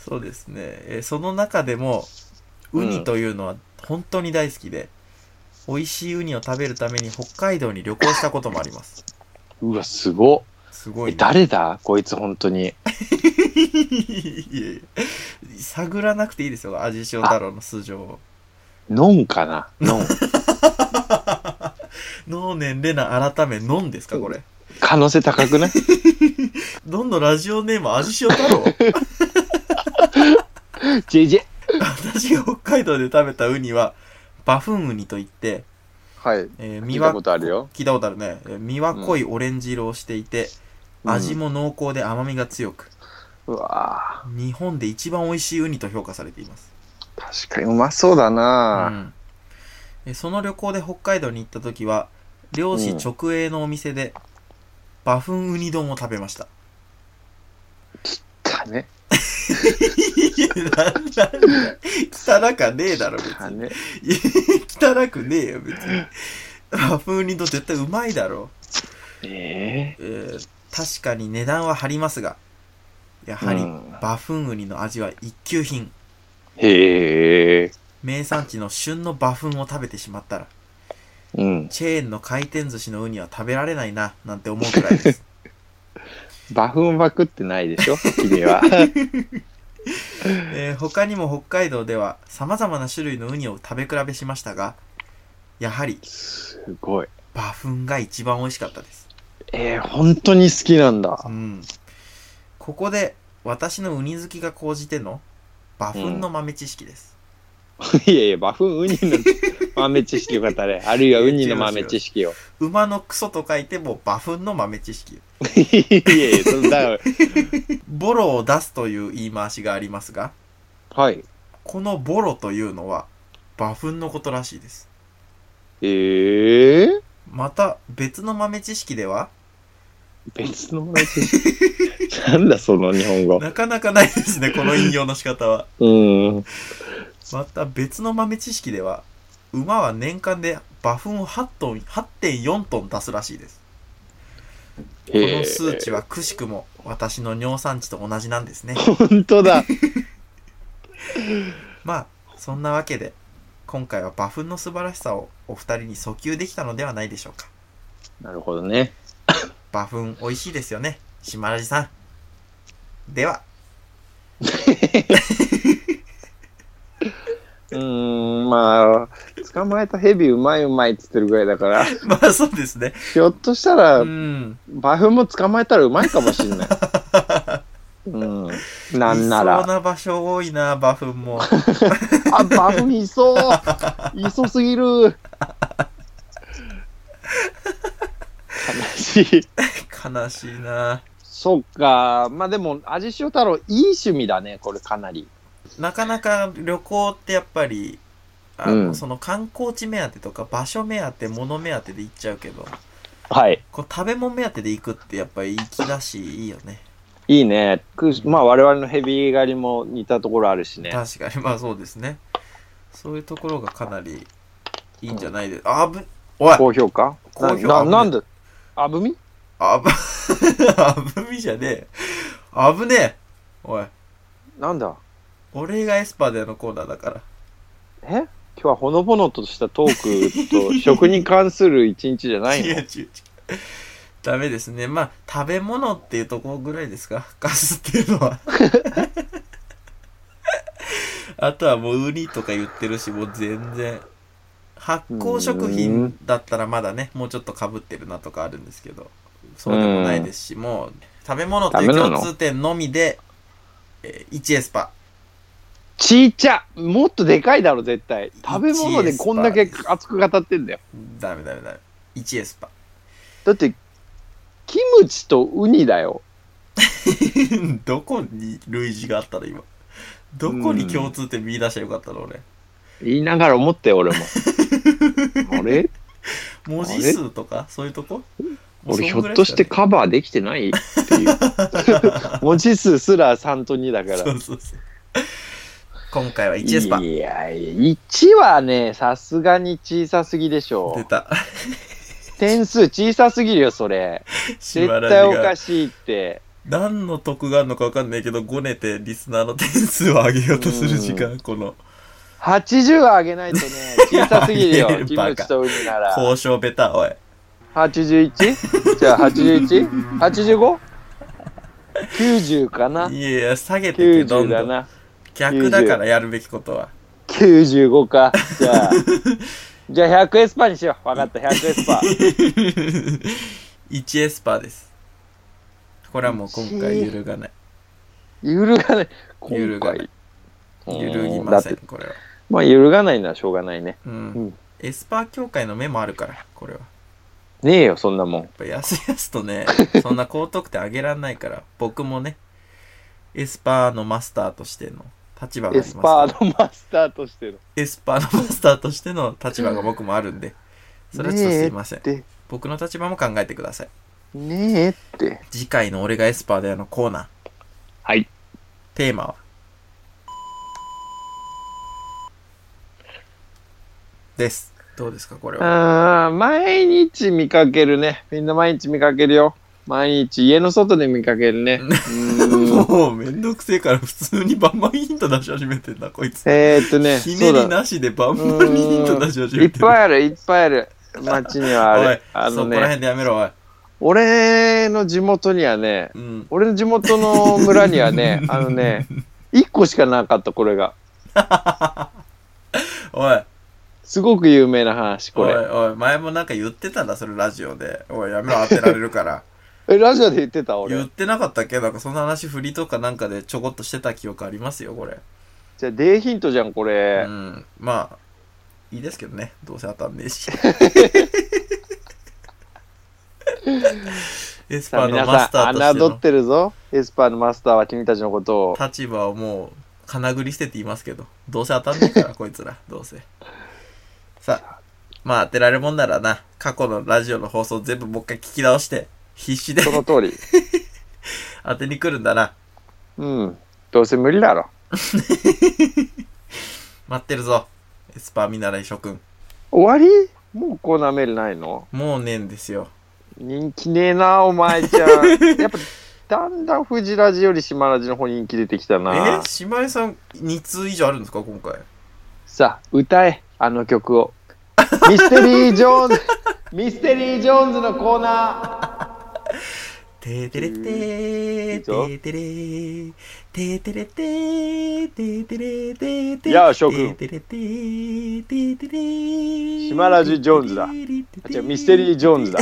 Speaker 3: そうですね、えーその中でもウニというのは本当に大好きで、美味しいウニを食べるために北海道に旅行したこともあります
Speaker 1: うわ、すご
Speaker 3: すご
Speaker 1: っ。
Speaker 3: い、
Speaker 1: え誰だこいつ本当に。
Speaker 3: いやいや探らなくていいですよ味塩太郎の素性を
Speaker 1: ノンかなノン。
Speaker 3: 能年レナ改めノンですかこれ
Speaker 1: 可能性高く ない
Speaker 3: ノンのラジオネーム味塩太 郎
Speaker 1: ?JJ。
Speaker 3: 私が北海道で食べたウニはバフンウニといって、
Speaker 1: はい。
Speaker 3: え
Speaker 1: 聞
Speaker 3: ー身
Speaker 1: いた
Speaker 3: は
Speaker 1: ことあるよ。
Speaker 3: 聞いたことあるねえー身は濃いオレンジ色をしていて、
Speaker 1: うん
Speaker 3: 味も濃厚で甘みが強く
Speaker 1: うわ
Speaker 3: 日本で一番美味しいウニと評価されています、
Speaker 1: 確かにうまそうだ
Speaker 3: う
Speaker 1: な、
Speaker 3: ん、えその旅行で北海道に行った時は漁師直営のお店でバフンウニ丼を食べました
Speaker 1: 金
Speaker 3: いやなんなんだ汚かねえだろ別に
Speaker 1: 金
Speaker 3: いや汚くねえよ別にバフンウニ丼絶対うまいだろ、
Speaker 1: ええ
Speaker 3: えー確かに値段は張りますがやはり
Speaker 1: うん
Speaker 3: バフンウニの味は一級品
Speaker 1: へえ。
Speaker 3: 名産地の旬のバフンを食べてしまったら
Speaker 1: うん。
Speaker 3: チェーンの回転寿司のウニは食べられないな、なんて思うくらいです。
Speaker 1: バフンは食ってないでしょ君は。
Speaker 3: えー他にも北海道では様々な種類のウニを食べ比べしましたが、やはり
Speaker 1: すごい。
Speaker 3: バフンが一番美味しかったです。
Speaker 1: えー、本当に好きなん
Speaker 3: う
Speaker 1: だ。
Speaker 3: ん。ここで私のウニ好きが高じてのバフンの豆知識です。
Speaker 1: いやいや、バフンウニの豆知識よかったね。あるいはウニの豆知識を。
Speaker 3: 馬のクソと書いてもバフンの豆知識。
Speaker 1: いや いや、そんな、
Speaker 3: ボロを出すという言い回しがありますが、
Speaker 1: はい。
Speaker 3: このボロというのはバフンのことらしいです。
Speaker 1: ええー、
Speaker 3: また別の豆知識では
Speaker 1: 別の豆知識。 なんだその日本語。
Speaker 3: なかなかないですね、この引用の仕方は。
Speaker 1: うん。
Speaker 3: また別の豆知識では馬は年間で馬糞を8トン8.4トン出すらしいですこ
Speaker 1: へ
Speaker 3: の
Speaker 1: え
Speaker 3: 数値はくしくも私の尿酸値と同じなんで すね
Speaker 1: 本当だ。
Speaker 3: まあそんなわけで今回は馬糞の素晴らしさをお二人に訴求できたのではないでしょうか
Speaker 1: なるほどね。
Speaker 3: 馬糞美味しいですよね島ラジさんでは
Speaker 1: うーん、まあ、捕まえたヘビうまいうまいって言ってるぐらいだから、
Speaker 3: まあそうですね
Speaker 1: ひょっとしたら
Speaker 3: う、ん
Speaker 1: バフンも捕まえたらうまいかもしん ない。うん。なんない
Speaker 3: そう
Speaker 1: ら。
Speaker 3: な場所多いな馬糞も
Speaker 1: あ、バフンいそういそうす ぎる悲しい。
Speaker 3: 悲しいな
Speaker 1: そっか。まあでも、味塩太郎、いい趣味だね、これかなり。
Speaker 3: なかなか旅行ってやっぱりあの、
Speaker 1: うん
Speaker 3: その観光地目当てとか場所目当て物目当てで行っちゃうけど
Speaker 1: はい。
Speaker 3: こう食べ物目当てで行くってやっぱり粋だしいいよね
Speaker 1: いいね。くまあ我々のヘビ狩りも似たところあるしね。
Speaker 3: 確かにまあそうですねそういうところがかなりいいんじゃないで、あぶおい
Speaker 1: 高評価
Speaker 3: 高
Speaker 1: な
Speaker 3: 評価危ね
Speaker 1: ななんであぶみ
Speaker 3: あぶあ ぶみじゃねえあぶねえおい
Speaker 1: なんだ
Speaker 3: 俺がエスパーでのコーナーだから
Speaker 1: え今日はほのぼのとしたトーク と食に関する一日じゃない
Speaker 3: 違う違
Speaker 1: の
Speaker 3: う違うダメですねまあ食べ物っていうところぐらいですか ガスっていうのは あとはもうウニとか言ってるしもう全然発酵食品だったらまだねもうちょっとかぶってるなとかあるんですけどそうでもないですしもう食べ物という
Speaker 1: ダメなの
Speaker 3: 共通点のみで、えー、1エスパ
Speaker 1: ちいちゃもっとでかいだろ絶対食べ物でこんだけ熱く語ってんだよ
Speaker 3: ダメダメダメ1エスパ
Speaker 1: だってキムチとウニだよ
Speaker 3: どこに類似があったの今どこに共通点見出したらよかったの俺
Speaker 1: 言いながら思って俺 もあれ
Speaker 3: 文字数とかそういうとこ
Speaker 1: 俺ひょっとして
Speaker 3: か
Speaker 1: カバーできてないって いう文字数すら3と2だから
Speaker 3: らそうそうそう今回は1エスパ
Speaker 1: いやいや、1はね、さすがに小さすぎでしょ
Speaker 3: 出
Speaker 1: う。
Speaker 3: た
Speaker 1: 点数小さすぎるよ、それ。
Speaker 3: し
Speaker 1: 絶
Speaker 3: ば
Speaker 1: 対
Speaker 3: ら
Speaker 1: お
Speaker 3: くが
Speaker 1: かしいって。
Speaker 3: 何の得があるのか分かんないけどごねてリスナーの点数を上げようとする時間この
Speaker 1: 80は上げないとね、小さすぎるよ
Speaker 3: いやいや、
Speaker 1: キムチとウニなら。
Speaker 3: 交渉ベタおい
Speaker 1: 81? じゃあ 81?85?90 かない
Speaker 3: やいや下げててどん
Speaker 1: 90
Speaker 3: ど
Speaker 1: だ
Speaker 3: ん
Speaker 1: な。
Speaker 3: 逆だからやるべきことは
Speaker 1: 95か。じゃあ、じゃあ100エスパーにしよう。わかった、100エスパ ー。
Speaker 3: 1エスパーですこれはもう今回揺るがない
Speaker 1: 揺るがない。
Speaker 3: 揺る
Speaker 1: 今
Speaker 3: がない
Speaker 1: 回。
Speaker 3: 揺るぎ
Speaker 1: うんだ
Speaker 3: ま
Speaker 1: っ
Speaker 3: せん
Speaker 1: て、
Speaker 3: これは
Speaker 1: まあ揺るがないのはしょうがないね。
Speaker 3: う
Speaker 1: うんん
Speaker 3: エスパー協会の目もあるからこれは
Speaker 1: ねえよ、そんなもん。
Speaker 3: やっぱやすやすと ね、そんな高得点上げらんないから、僕もね、エスパーのマスターとしての立場があり
Speaker 1: エ
Speaker 3: ます
Speaker 1: ス
Speaker 3: か
Speaker 1: パ
Speaker 3: ら
Speaker 1: ーのマスターとしての。
Speaker 3: エスパーのマスターとしての立場が僕もあるん で、それはちょっとすいません。
Speaker 1: ね
Speaker 3: 僕の立場も考えてください。
Speaker 1: えって。ねえって。
Speaker 3: 次回の俺がエスパーだよのコーナー、
Speaker 1: はい。
Speaker 3: テーマはです。どうですか、これは。
Speaker 1: あー毎日見かけるね。みんな毎日見かけるよ。毎日家の外で見かける ね。うーん
Speaker 3: もうめんどくせえから普通にバンバンヒント出し始めてんだ、こいつ。
Speaker 1: えーっとね、
Speaker 3: ひ
Speaker 1: そ
Speaker 3: ね
Speaker 1: う
Speaker 3: り
Speaker 1: だ。
Speaker 3: なしでバン
Speaker 1: う
Speaker 3: バンにヒント出し
Speaker 1: ーん
Speaker 3: 始
Speaker 1: い
Speaker 3: め
Speaker 1: って
Speaker 3: る。
Speaker 1: ぱいある、いっぱいある。街にはあ
Speaker 3: おい
Speaker 1: る。あ
Speaker 3: そ
Speaker 1: の
Speaker 3: こら
Speaker 1: ね、
Speaker 3: 辺でやめろ、おい。
Speaker 1: 俺の地元にはね、
Speaker 3: うん。
Speaker 1: 俺の地元の村にはね、あのね、 1個しかなかった、これが。
Speaker 3: おい、
Speaker 1: すごく有名な話、こ
Speaker 3: おい、
Speaker 1: れ。
Speaker 3: おい、前もなんか言ってたんだ、それラジオで。おい、やめろ、当てられる から。
Speaker 1: え、ラジオで言ってた俺
Speaker 3: 言っ。てなかったっけなんかそんな話、振りとかなんかでちょこっとしてた記憶ありますよ、これ。
Speaker 1: じゃあ、デーヒントじゃん、これ
Speaker 3: う。ん、まあ、いいですけどね。どうせ当たんね えし。エス
Speaker 1: さ
Speaker 3: パ
Speaker 1: あ、
Speaker 3: ーの
Speaker 1: 皆
Speaker 3: マスタ
Speaker 1: さ
Speaker 3: ー
Speaker 1: ん、
Speaker 3: として
Speaker 1: 侮っ
Speaker 3: の
Speaker 1: てるぞ。エスパーのマスターは君たちのことを。
Speaker 3: 立場をもう、かなぐり捨てて言いますけど、どうせ当たんねえから、こいつら、どうせ。さあ、まあ当てられるもんならな、過去のラジオの放送全部もう一回聞き直して、必死で
Speaker 1: その通り。
Speaker 3: 当てに来るんだな。
Speaker 1: うん。どうせ無理だろ。
Speaker 3: 待ってるぞ。エスパー見習い諸君。
Speaker 1: 終わりもうコーナーメールないの
Speaker 3: もうねえんですよ。
Speaker 1: 人気ねえな、お前ちゃ ん。やっぱ、だんだんフジラジより島ラジの方人気出てきた
Speaker 3: え
Speaker 1: な。
Speaker 3: 姉妹さん2通以上あるんですか、今回。
Speaker 1: さあ、歌え、あの曲を。ミステリー・ジョーンズ、ミステリー・ジョーンズのコーナ
Speaker 3: てーてれて
Speaker 1: い
Speaker 3: ー、
Speaker 1: い
Speaker 3: て
Speaker 1: ぞ
Speaker 3: ーてれー、てーてれてー、てーてれてー、てーてれてー、
Speaker 1: やあ諸君
Speaker 3: てーてれてー、てーてれー
Speaker 1: 島ラジジョーンズだー。じゃあミステリー・ジョーンズだ。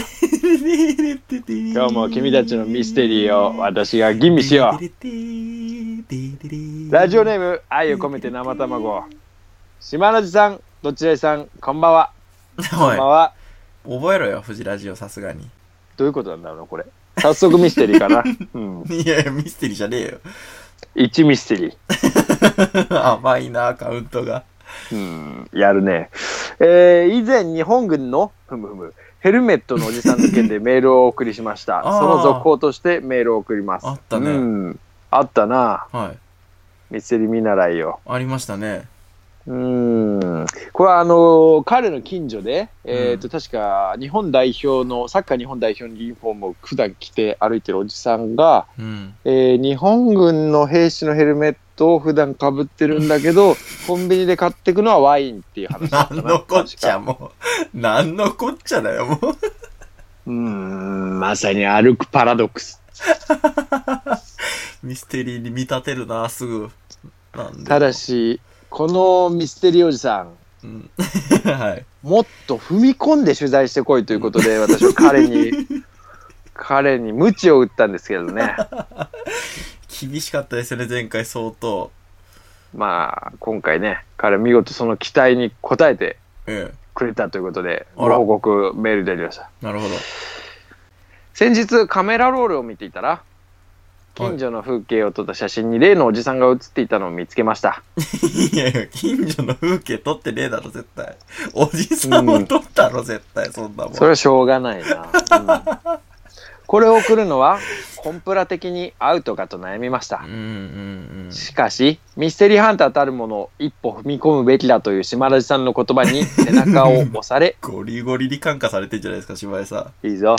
Speaker 1: 今日も君たちのミステリーを私が吟味しよう。
Speaker 3: う
Speaker 1: ラジオネ
Speaker 3: ー
Speaker 1: ーム、愛を込めて生卵。島ラジさん、どちらさん、こんばんは。
Speaker 3: ム
Speaker 1: こんばんは。
Speaker 3: おい覚えろよフジラジオさすがに
Speaker 1: どういうことなんだろうな、これ。早速ミステリーかな。うん。
Speaker 3: いやいやミステリーじゃねえよ
Speaker 1: 1ミステリー。
Speaker 3: 甘いなカウントが
Speaker 1: うん、やるね。えー以前、日本軍の、ふむふむ、ヘルメットのおじさんの件 でメールをお送りしました。
Speaker 3: あー
Speaker 1: その続報としてメールを送ります。
Speaker 3: あったね
Speaker 1: うん、あったな。
Speaker 3: はい
Speaker 1: ミステリー見習いよ。
Speaker 3: ありましたね
Speaker 1: うん。これは、あのー彼の近所で、えっ、と、
Speaker 3: う
Speaker 1: 確か、日本代表の、サッカー日本代表のユニフォームを普段着て歩いてるおじさんが、
Speaker 3: うん
Speaker 1: えー日本軍の兵士のヘルメットを普段かぶってるんだけ ど、コンビニで買っていくのはワインっていう話だった
Speaker 3: 何
Speaker 1: な。
Speaker 3: のこっち
Speaker 1: 確か
Speaker 3: ゃもう何のこっちゃだよもう
Speaker 1: うーん、まさに歩くパラドックス。
Speaker 3: ミステリーに見立てるな、すぐ。なんで。
Speaker 1: ただし、このミステリーおじさん、
Speaker 3: うん。はい。
Speaker 1: もっと踏み込んで取材してこいということ で、私は彼に、彼に鞭を打ったんですけどね。
Speaker 3: 厳しかったですよね、前回相当。
Speaker 1: まあ、今回ね、彼は見事その期待に応えて
Speaker 3: うん。
Speaker 1: くれたということで、
Speaker 3: あ
Speaker 1: ご
Speaker 3: ら
Speaker 1: 報告メールでありました。
Speaker 3: なるほど。
Speaker 1: 先日カメラロールを見ていたら近所の風景を撮った写真に例のおじさんが写っていたのを見つけました、
Speaker 3: いやいや、近所の風景撮ってねえだろ、絶対。おじさんも撮ったろ、絶対、そんなもん。
Speaker 1: それはしょうがないな、うんこれを送るのはコンプラ的にアウトかと悩みました
Speaker 3: うんうん
Speaker 1: しかしミステリーハンターたるもの一歩踏み込むべきだという島田さんの言葉に背中を押され
Speaker 3: うん。ゴリゴリに感化されてんじ ゃないですか、芝居さ
Speaker 1: いいぞ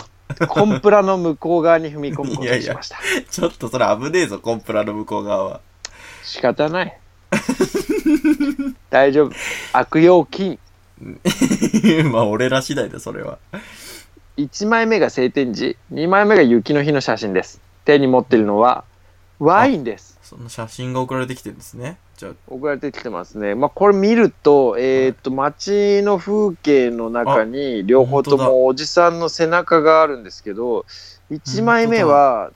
Speaker 1: コンプラの向こう側に踏み込むことにしました
Speaker 3: ん。ちょっとそれ危ねえぞ、コンプラの向こう側は。
Speaker 1: 仕方ない大丈夫悪用金
Speaker 3: まあ、俺ら次第だ、それは。
Speaker 1: 1枚目が晴天時2枚目が雪の日の写真です手に持ってるのはワインです
Speaker 3: その写真が送られてきてるんですね。じゃあ、
Speaker 1: 送られてきてますねまあこれ見るとえーっと街の風景の中に両方と
Speaker 3: 本当
Speaker 1: もおじさんの背中があるんですけど1枚目は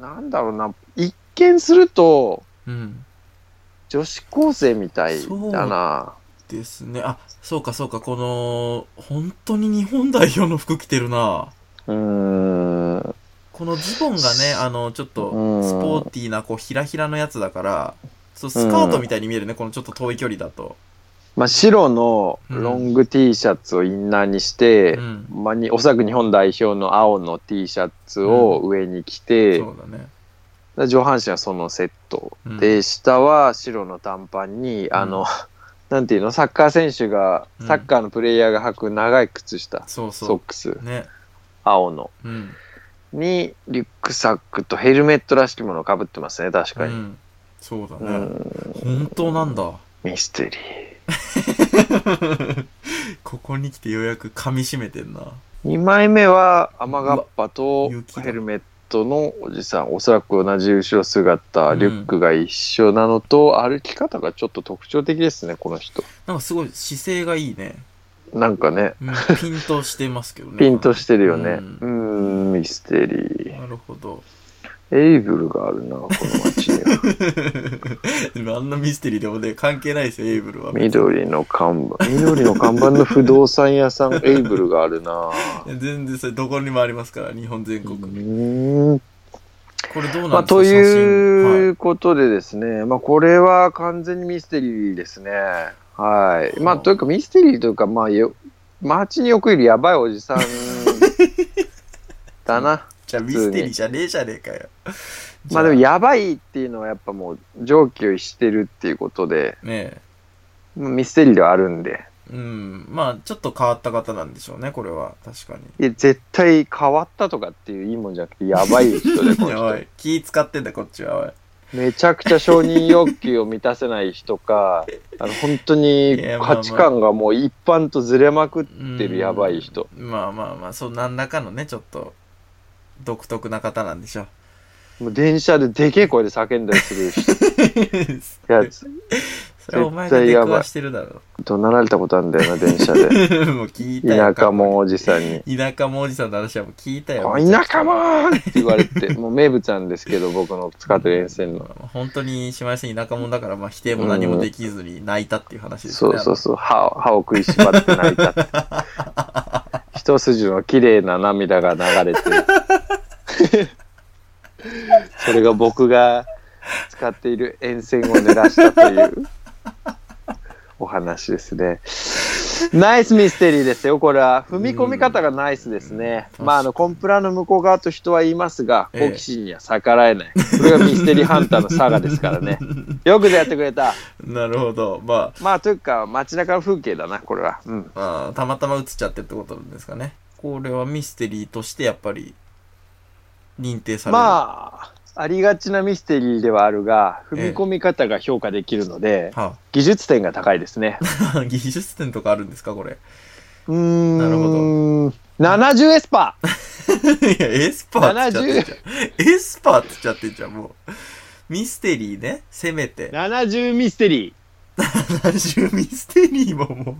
Speaker 1: なんだろうな一見すると
Speaker 3: うん。
Speaker 1: 女子高生みたいだな
Speaker 3: ですね。あ、そうかそうか、この、本当に日本代表の服着てるな。
Speaker 1: うーん
Speaker 3: このズボンがね、あの、ちょっと
Speaker 1: うん、
Speaker 3: スポーティーな、こう、ひらひらのやつだから、そうスカートみたいに見えるね、このちょっと遠い距離だと。
Speaker 1: まあ白のロング T シャツをインナーにして、
Speaker 3: うん。
Speaker 1: まあ、におそらく日本代表の青の T シャツを上に着て、
Speaker 3: そうだね。
Speaker 1: で上半身はそのセット、
Speaker 3: うん
Speaker 1: で下は白の短パンにあの、 なんていうのサッカー選手が
Speaker 3: うん
Speaker 1: サッカーのプレイヤーが履く長い靴下、
Speaker 3: そう
Speaker 1: ソッ
Speaker 3: そ
Speaker 1: クス
Speaker 3: う。ね。
Speaker 1: 青の
Speaker 3: うん。
Speaker 1: にリュックサックとヘルメットらしきものをかぶってますね確
Speaker 3: う
Speaker 1: かに、
Speaker 3: ん。そうだ
Speaker 1: う
Speaker 3: ね。
Speaker 1: ん
Speaker 3: 本当なんだ。
Speaker 1: ミステリー
Speaker 3: ここに来てようやく噛み締めてんな。
Speaker 1: 2枚目は雨がっぱと
Speaker 3: うわ雪だ
Speaker 1: ヘルメットのおじさん、おそらく同じ後ろ姿、
Speaker 3: うん
Speaker 1: リュックが一緒なのと、歩き方がちょっと特徴的ですね、この人。
Speaker 3: なんかすごい姿勢がいいね。
Speaker 1: なんかね、
Speaker 3: うん、ピンとしてますけどね。
Speaker 1: ピンとしてるよね。
Speaker 3: う
Speaker 1: うん、んミステリー。
Speaker 3: なるほど。
Speaker 1: エイブルがあるな、この街に は。
Speaker 3: でもあんなミステリーでもね、関係ないですよ、エイブルは。
Speaker 1: 緑の看板。緑の看板の不動産屋 さん、エイブルがあるな。
Speaker 3: 全然それどこにもありますから、日本全国。
Speaker 1: うー
Speaker 3: こ
Speaker 1: ん
Speaker 3: れどう
Speaker 1: ま
Speaker 3: な
Speaker 1: あ、
Speaker 3: んですか、
Speaker 1: と
Speaker 3: 写真
Speaker 1: い
Speaker 3: は
Speaker 1: うことでですね、まあ、これは完全にミステリーですね。はい。まあ、というかミステリーというか、まあ、よ街に置くよりやばいおじさんだ な。
Speaker 3: じゃあミステリーじゃねえじゃねえかよ。
Speaker 1: まあ、でも
Speaker 3: じゃ
Speaker 1: やばいっていうのはやっぱもう上級してるっていうことで、
Speaker 3: あね
Speaker 1: ミステリーではあるんで。
Speaker 3: え。うん。まあ、ちょっと変わった方なんでしょうね、これは。確かに。
Speaker 1: いや絶対変わったとかっていういいもんじゃなくて、やばい人 で、この
Speaker 3: お
Speaker 1: 人。
Speaker 3: い、気使ってんだ、こっちは。おい
Speaker 1: めちゃくちゃ承認欲求を満たせない人か、 あの本当に
Speaker 3: いやまあまあ
Speaker 1: 価値観がもう一般とずれまくっ
Speaker 3: うん
Speaker 1: ってるやばい人。
Speaker 3: まあまあまあ、そう、何らかのね、ちょっと、独特な方なんでしょう。
Speaker 1: もう電車ででけえ声で叫んだりする 人やつ。
Speaker 3: それお前が出くわしてるだろ。
Speaker 1: 怒鳴られたことあるんだよな、電車 で。
Speaker 3: もう聞いたよ。
Speaker 1: 田舎もんおじさんに。
Speaker 3: 田舎もおじさんの話はもう聞いたよ。
Speaker 1: おい田舎もんって言われて、もう名物なんですけど、僕の使ってる沿線の。
Speaker 3: 本当に島根さん田舎もんだから、まあ否定も何もできずに泣いたっていう話です
Speaker 1: そ
Speaker 3: ね。
Speaker 1: うそうそう、歯を歯を食いしばって泣いたって。 一筋の綺麗な涙が流れて。 それが僕が使っている沿線を濡らしたというお話ですね。ナイスミステリーですよ、これは。踏み込み方がナイスですね。
Speaker 3: うん
Speaker 1: まあ、あの、コンプラの向こう側と人は言いますが、
Speaker 3: ええ
Speaker 1: 好奇心には逆らえない。これがミステリーハンターのサガですから ね。よくぞやってくれた。
Speaker 3: なるほど。ま
Speaker 1: まあというか街中の風景だなこれは、うん
Speaker 3: あ、まあ、たまたま映っちゃってるってことなんですかね。これはミステリーとしてやっぱり認定される。
Speaker 1: まあありがちなミステリーではあるが
Speaker 3: ええ
Speaker 1: 踏み込み方が評価できるので、
Speaker 3: は
Speaker 1: 技術点が高いですね
Speaker 3: あ、 技術点とかあるんですか、これ。
Speaker 1: うーん
Speaker 3: なるほ
Speaker 1: 70エスパー
Speaker 3: いや、エスパーって言っちゃってんじゃん。エスパーって言っちゃってんじゃん、もう。ミステリーね、せ めて。
Speaker 1: 70ミステリ
Speaker 3: 70ミステリーもも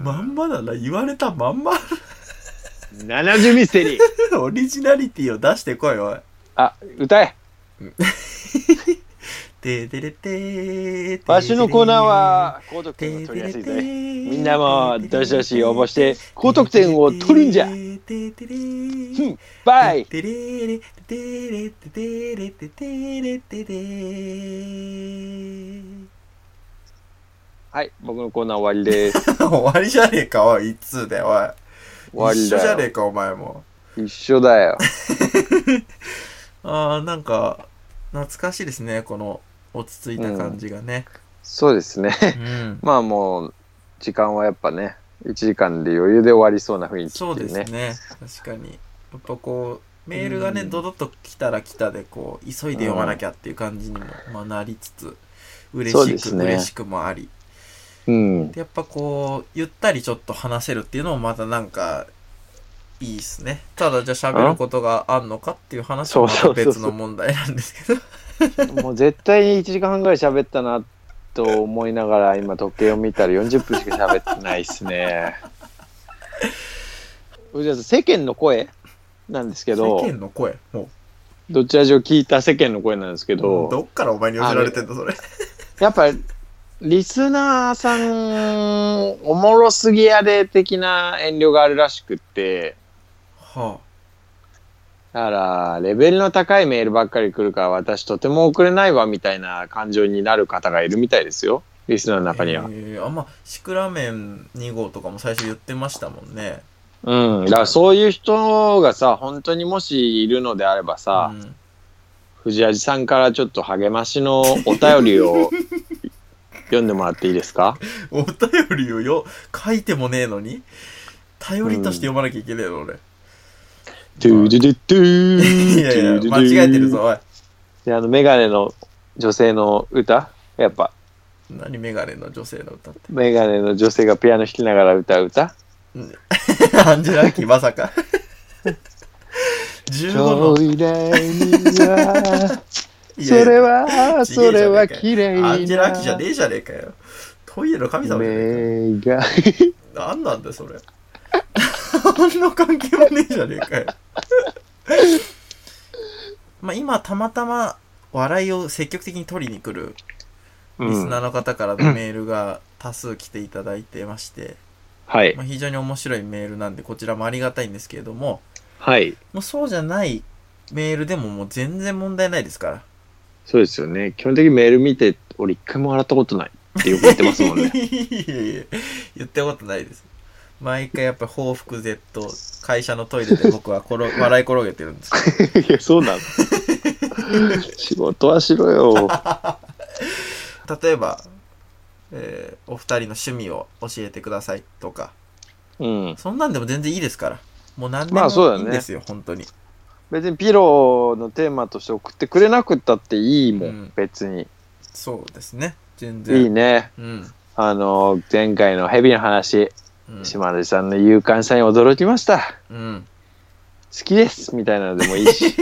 Speaker 3: う、まんまだな、言われたまんま。
Speaker 1: ー70ミステリー
Speaker 3: オリジナリティを出してこい、おい。
Speaker 1: あ歌え
Speaker 3: てーてれてー。てー
Speaker 1: わしのコーナーは高得
Speaker 3: てー
Speaker 1: 点が取
Speaker 3: て
Speaker 1: り
Speaker 3: れ
Speaker 1: や
Speaker 3: て
Speaker 1: すい
Speaker 3: ー、
Speaker 1: ぜみんなもどしどし応募して高得点を取るんじゃ
Speaker 3: てーてれてー
Speaker 1: ふんバイ
Speaker 3: てれれてれてれてれてれてれー
Speaker 1: はい僕のコーナー終わりです
Speaker 3: 終わりじゃねえか、おい、一通で、おい。
Speaker 1: 終わり
Speaker 3: 一緒じゃ
Speaker 1: だ
Speaker 3: ね
Speaker 1: よ
Speaker 3: えか、お前も。
Speaker 1: 一緒だよ
Speaker 3: ああ、なんか、懐かしいですね、この落ち着いた感じがね。
Speaker 1: そうですね
Speaker 3: うん。
Speaker 1: まあもう時間はやっぱね1時間で余裕で終わりそうな雰囲気
Speaker 3: そう
Speaker 1: ってい
Speaker 3: で
Speaker 1: う
Speaker 3: す
Speaker 1: ね
Speaker 3: ね。確かに。やっぱこう、メールがね、
Speaker 1: うん
Speaker 3: ドドッと来たら来たで、こう、急いで読まなきゃっていう感じにも、まあ、なりつつ、嬉
Speaker 1: そうで
Speaker 3: し
Speaker 1: す
Speaker 3: く、
Speaker 1: ね
Speaker 3: 嬉しくもあり。
Speaker 1: うん
Speaker 3: でやっぱこう、ゆったりちょっと話せるっていうのもまたなんか、いいっすね。ただじゃあ喋ることがあんのかっていう話はまた
Speaker 1: そうそうそうそ
Speaker 3: 別
Speaker 1: う
Speaker 3: の問題なんですけど。
Speaker 1: もう絶対に1時間半ぐらい喋ったなと思いながら今時計を見たら40分しか喋ってないですね。藤田さん世間の声なんですけど
Speaker 3: 世間の声も
Speaker 1: どちら上聞いた世間の声なんですけ
Speaker 3: う
Speaker 1: ど、
Speaker 3: どっからお前に寄せられてんだそれ
Speaker 1: やっぱリスナーさんおもろすぎやで的な遠慮があるらしくって
Speaker 3: は
Speaker 1: だからレベルの高いメールばっかり来るから私とても送れないわみたいな感情になる方がいるみたいですよリスナーの
Speaker 3: あ
Speaker 1: 中には。
Speaker 3: えーあまあシクラメン2号とかも最初言ってましたもんね
Speaker 1: うん、だからそういう人がさ本当にもしいるのであればさ、
Speaker 3: うん
Speaker 1: 藤味さんからちょっと励ましのお便り を読んでもらっていいですか
Speaker 3: お便りをよ書いてもねえのに頼りとして読まなきゃいけねえの俺、
Speaker 1: トゥドゥドゥトゥ
Speaker 3: いやいや
Speaker 1: トゥドゥドゥ
Speaker 3: 間違えてるぞおい
Speaker 1: であのメガネの女性の歌やっぱ
Speaker 3: 何メガネの女性の歌って
Speaker 1: メガネの女性がピアノ弾きながら歌う歌
Speaker 3: アンジェラ・アキまさか15
Speaker 1: ト
Speaker 3: の
Speaker 1: イレには、
Speaker 3: い
Speaker 1: そ
Speaker 3: やいや
Speaker 1: れは、そ
Speaker 3: ちげえじゃねえかよ
Speaker 1: れは綺麗な。
Speaker 3: アンジェラ・アキじゃねえじゃねえかよ。トイレの神様じゃねえ
Speaker 1: 目が、
Speaker 3: か。何なんだよ、それ。 何の関係もねえじゃねえかよ。 まあ今、たまたま笑いを積極的に取りに来るリスナーの方からのメールが多数来ていただいてまして、
Speaker 1: はい、
Speaker 3: まあ、非常に面白いメールなんで、こちらもありがたいんですけれども、
Speaker 1: はい。
Speaker 3: もうそうじゃないメールでももう全然問題ないですから。
Speaker 1: そうですよね。基本的にメール見て、俺一回も洗ったことないってよく言ってますもん ね。
Speaker 3: いやいや言ったことないです。毎回やっぱ報復 Z、会社のトイレで僕は転笑い転げてるんですけど
Speaker 1: いや、そうなの。 仕事はしろよ。
Speaker 3: 例えば、えーお二人の趣味を教えてくださいとか、
Speaker 1: うん。
Speaker 3: そんなんでも全然いいですから。もう何で
Speaker 1: まあそう
Speaker 3: も
Speaker 1: だね
Speaker 3: いいんですよ、本当に。
Speaker 1: 別にピローのテーマとして送ってくれなくったっていいもん、
Speaker 3: うん
Speaker 1: 別に。
Speaker 3: そうですね。全然。
Speaker 1: いいね。
Speaker 3: うん。
Speaker 1: あの、前回のヘビの話、
Speaker 3: うん。
Speaker 1: 島田さんの勇敢さに驚きました。
Speaker 3: うん。
Speaker 1: 好きですみたいなのでもいいし。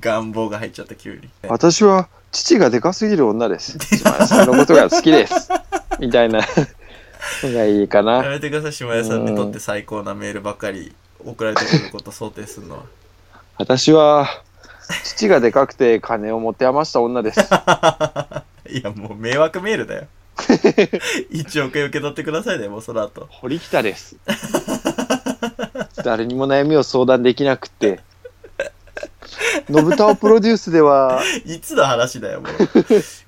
Speaker 3: 願望が入っちゃった、急に。
Speaker 1: 私は父がでかすぎる女です。島田さんのことが好き です。みたいなのがいいか
Speaker 3: や
Speaker 1: な。
Speaker 3: めてください、島屋さんにとって最高なメールばかり送られてくることを想定するのは。
Speaker 1: 私は父がでかくて金を持て余した女です。
Speaker 3: いや、もう迷惑メールだよ。1億円受け取ってくださいね、もうその後。
Speaker 1: 堀北です。誰にも悩みを相談できなくて。信太をプロデュースでは、
Speaker 3: いつの話だよ、もう。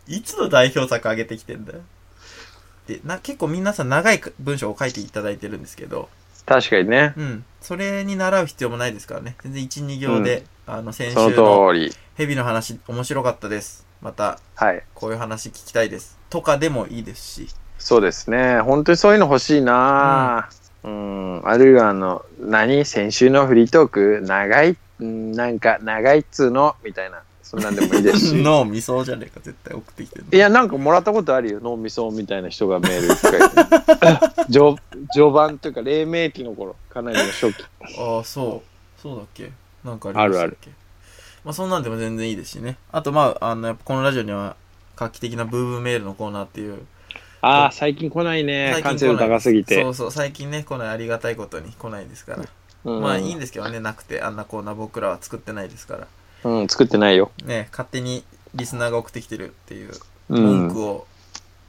Speaker 3: いつの代表作上げてきてんだよ。でな結構皆さん長い文章を書いていただいてるんですけど、
Speaker 1: 確かにね。
Speaker 3: うん、それに習う必要もないですからね。全然1、2行で、あの、先週
Speaker 1: そ
Speaker 3: の
Speaker 1: の通り。
Speaker 3: ヘビの話面白かったです。また、
Speaker 1: はい。
Speaker 3: こういう話聞きたいです。とかでもいいですし。
Speaker 1: そうですね。本当にそういうの欲しいな、うん、あるいはあの、何先週のフリートーク長い、うんなんか長いっつーのみたいな。そんなんでもいいですし。
Speaker 3: 脳みそじゃねえか、絶対送ってきてるの
Speaker 1: いや、なんかもらったことあるよ。脳みそみたいな人がメール一回。 序序盤というか、黎明期の頃、かなりの初期。
Speaker 3: ああそうそうだっけなんかありましたっけまあそんなんでも全然いいですしねあとまああのやっぱこのラジオには画期的なブームメールのコーナーっていう
Speaker 1: ああ、最近来ないね。
Speaker 3: 最
Speaker 1: 完
Speaker 3: 近
Speaker 1: 成
Speaker 3: 来
Speaker 1: 度
Speaker 3: ない
Speaker 1: 高すぎて
Speaker 3: そ。うそう最近ね来ないありがたいことに来ないですから、
Speaker 1: うん
Speaker 3: まあいいんですけどねなくてあんなコーナー僕らは作ってないですから
Speaker 1: うん、作ってないよ。
Speaker 3: ね勝手にリスナーが送ってきてるっていう
Speaker 1: う
Speaker 3: 文
Speaker 1: ん。
Speaker 3: 句を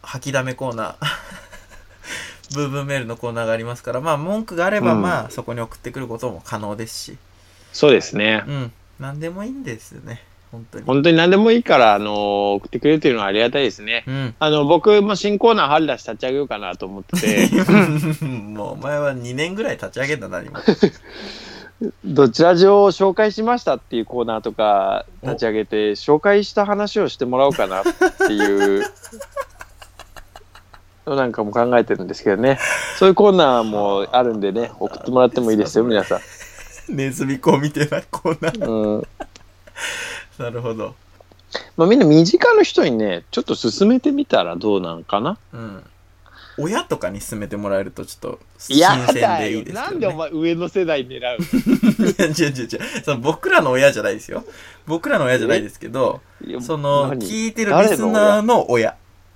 Speaker 3: 吐きだめコー ナーブームメールのコーナーがありますからまあ文句があれば
Speaker 1: うん
Speaker 3: まあそこに送ってくることも可能ですし
Speaker 1: そうですね。
Speaker 3: うん何でもいいんですよね本当に
Speaker 1: 本当に何でもいいから、あのー送ってくれるっていうのはありがたいですね。
Speaker 3: うん。
Speaker 1: あの、僕も新コーナー春出し立ち上げようかなと思って て、
Speaker 3: もうお前は2年ぐらい立ち上げたな、今。
Speaker 1: どちら上を紹介しましたっていうコーナーとか立ち上げて、紹介した話をしてもらおうかなっていうのなんかも考えてるんですけどね。そういうコーナーもあるんでね、送ってもらってもいいですよ、皆さん。
Speaker 3: ネズミ子みたいなコーナー。
Speaker 1: うん。
Speaker 3: なるほど。
Speaker 1: まあみんな身近な人にね、ちょっと進めてみたらどうなんかな。
Speaker 3: うん。親とかに勧めてもらえるとちょっと新
Speaker 1: いや
Speaker 3: 鮮
Speaker 1: だ
Speaker 3: でい
Speaker 1: よ
Speaker 3: いですけど、ね。
Speaker 1: なんでお前上の世代狙う
Speaker 3: いや、違う違う違う。その僕らの親じゃないですよ。僕らの親じゃないですけど、
Speaker 1: いや
Speaker 3: その、
Speaker 1: 何
Speaker 3: 聞いてるリスナーの親。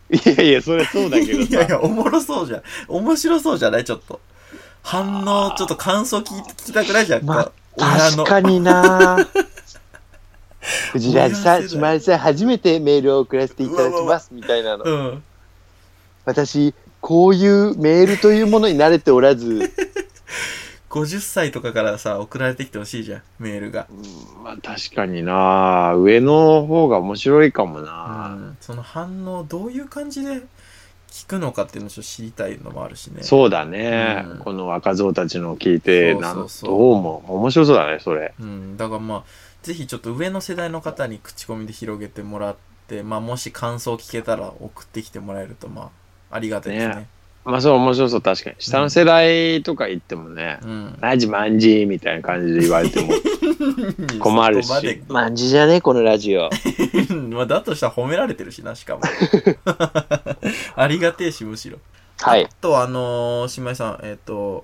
Speaker 1: いやいや、それそうだけど
Speaker 3: いやい
Speaker 1: さ。
Speaker 3: や、おもろそうじゃん。面白そうじゃないちょっと。反応、ちょっと感想聞い聞きたくないじゃん
Speaker 1: ま
Speaker 3: か
Speaker 1: あ。
Speaker 3: 親の
Speaker 1: 確。かに な藤原さ
Speaker 3: 親世代
Speaker 1: ん、島根さん、初めてメールを送らせていただきます、みたいなの。
Speaker 3: うん。
Speaker 1: 私、こういうメールというものに慣れておらず、
Speaker 3: 50歳とかからさ、送られてきてほしいじゃん、メールが。
Speaker 1: うん まあ確かにな上の方が面白いかもな、
Speaker 3: うんその反応、どういう感じで聞くのかっていうのをちょっと知りたいのもあるしね。
Speaker 1: そうだね、
Speaker 3: うん
Speaker 1: この若造たちのを聞いて、
Speaker 3: そう
Speaker 1: な
Speaker 3: そ
Speaker 1: ん
Speaker 3: うそう
Speaker 1: どうも面白そうだね、それ。
Speaker 3: う。ん、だからまあ、ぜひちょっと上の世代の方に口コミで広げてもらって、まあ、もし感想聞けたら送ってきてもらえると、まあ、ありがたいですね。
Speaker 1: ねまあそう、面白そう、確かに。下の世代とか言ってもね、
Speaker 3: うん。
Speaker 1: マジマンジみたいな感じで言われても困る
Speaker 3: そこまで
Speaker 1: し。マンジじゃねこのラジオ。
Speaker 3: まあ、だとしたら褒められてるしな、しかも。ありがてえし、むしろ。
Speaker 1: はい
Speaker 3: あ。と、あのー、島井さん、えっ、と、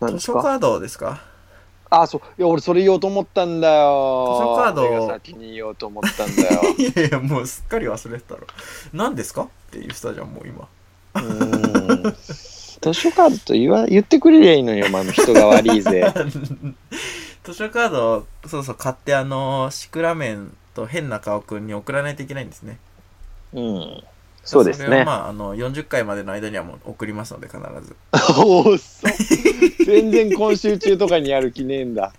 Speaker 1: 何
Speaker 3: 図
Speaker 1: です
Speaker 3: 書
Speaker 1: か
Speaker 3: カードですか
Speaker 1: あ、そう。いや、俺それ言おうと思ったんだよ。
Speaker 3: 図書カード
Speaker 1: 俺が先に言おうと思ったんだよ。
Speaker 3: いやいや、もうすっかり忘れてたろ。何ですかって言ってたじゃん、もう今。
Speaker 1: うーん図書カードと言わ言ってくれりゃいいのよ、まあ、人が悪いぜ。
Speaker 3: 図書カード、そうそう、買って、あの、シクラメンと変な顔くんに送らないといけないんですね。
Speaker 1: うん。そうです
Speaker 3: れを
Speaker 1: ね。
Speaker 3: まあ、あの、40回までの間にはもう送りますので、必ず。
Speaker 1: おっそ。全然今週中とかにやる気ねえんだ。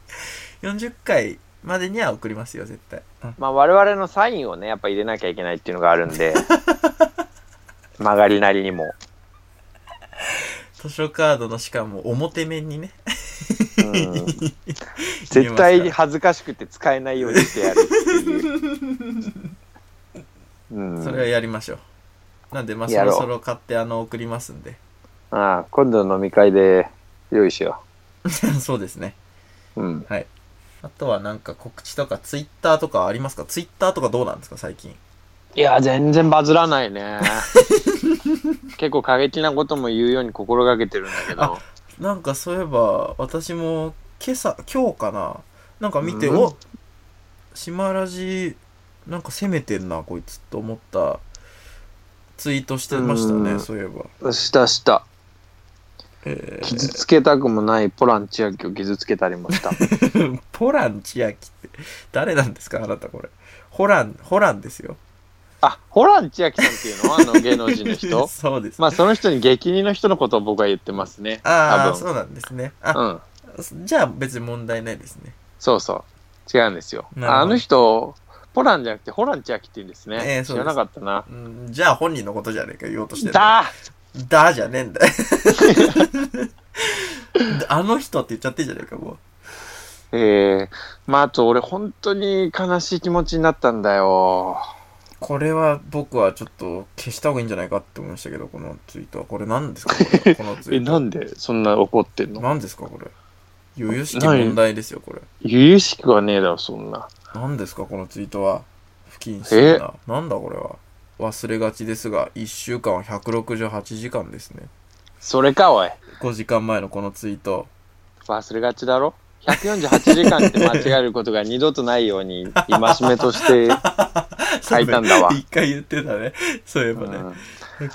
Speaker 3: 40回までには送りますよ、絶対。うん
Speaker 1: まあ我々のサインをね、やっぱ入れなきゃいけないっていうのがあるんで。曲がりなりにも。
Speaker 3: 図書カードの、しかも表面にね。
Speaker 1: うん、絶対恥ずかしくて使えないようにしてやるっていう。う
Speaker 3: それは
Speaker 1: ん、
Speaker 3: やりましょう。なんで、まあ、そ
Speaker 1: やろ
Speaker 3: ろ
Speaker 1: う
Speaker 3: そろ買って、あの、送りますんで。
Speaker 1: ああ今度の飲み会で用意しよ
Speaker 3: そうですね。
Speaker 1: う。うん、
Speaker 3: はい。あとはなんか告知とか、ツイッターとかありますかツイッターとかどうなんですか、最近。
Speaker 1: いや全然バズらないね 結構過激なことも言うように心がけてるんだけど
Speaker 3: なんかそういえば、私も今朝、今日かな。なんか見て、
Speaker 1: うん
Speaker 3: お島ラジ、なんか攻めてんな、こいつと思ったツイートしてました
Speaker 1: う
Speaker 3: ね、
Speaker 1: ん
Speaker 3: そういえば。
Speaker 1: したした
Speaker 3: え
Speaker 1: 傷つけたくもないポラン千秋を傷つけたりもした
Speaker 3: ー ポラン千秋って、誰なんですか、あなたこれ。ホラン、ホランですよ。
Speaker 1: あホラン千秋さんっていうのあの芸能人の 人
Speaker 3: そうです。
Speaker 1: まあその人に激似の人のことを僕は言ってますね
Speaker 3: ああ、
Speaker 1: 多分
Speaker 3: そうなんですね。あ、
Speaker 1: うん
Speaker 3: じゃあ別に問題ないですね。
Speaker 1: そうそう違うんですよ
Speaker 3: なるほど
Speaker 1: あの人ポランじゃなくてホラン千秋って言うんですね、
Speaker 3: ええそう
Speaker 1: 知
Speaker 3: です
Speaker 1: らなかったな
Speaker 3: うんじゃあ本人のことじゃねえか言おうとしてる。
Speaker 1: だ
Speaker 3: だじゃねえんだよ。 あの人って言っちゃってんじゃねえか、も
Speaker 1: ええまああと俺本当に悲しい気持ちになったんだよ
Speaker 3: う。これは僕はちょっと消した方がいいんじゃないかって思いましたけど、このツイートは。これ何ですかこ れこのツイ
Speaker 1: え、
Speaker 3: ート。
Speaker 1: なんでそんな怒ってんの
Speaker 3: 何ですかこれ。由々しき問題ですよ、これ。
Speaker 1: 由々しくはねえだろ、そんな。
Speaker 3: 何ですかこのツイートは。不謹慎な。なんだこれは。忘れがちですが、1週間は168時間ですね。
Speaker 1: それか、おい。
Speaker 3: 5時間前のこのツイート。
Speaker 1: 忘れがちだろ ?148 時間って間違えることが二度とないように、戒めと して、書いたんだわ
Speaker 3: 一回言ってたね。そういえばね。
Speaker 1: うん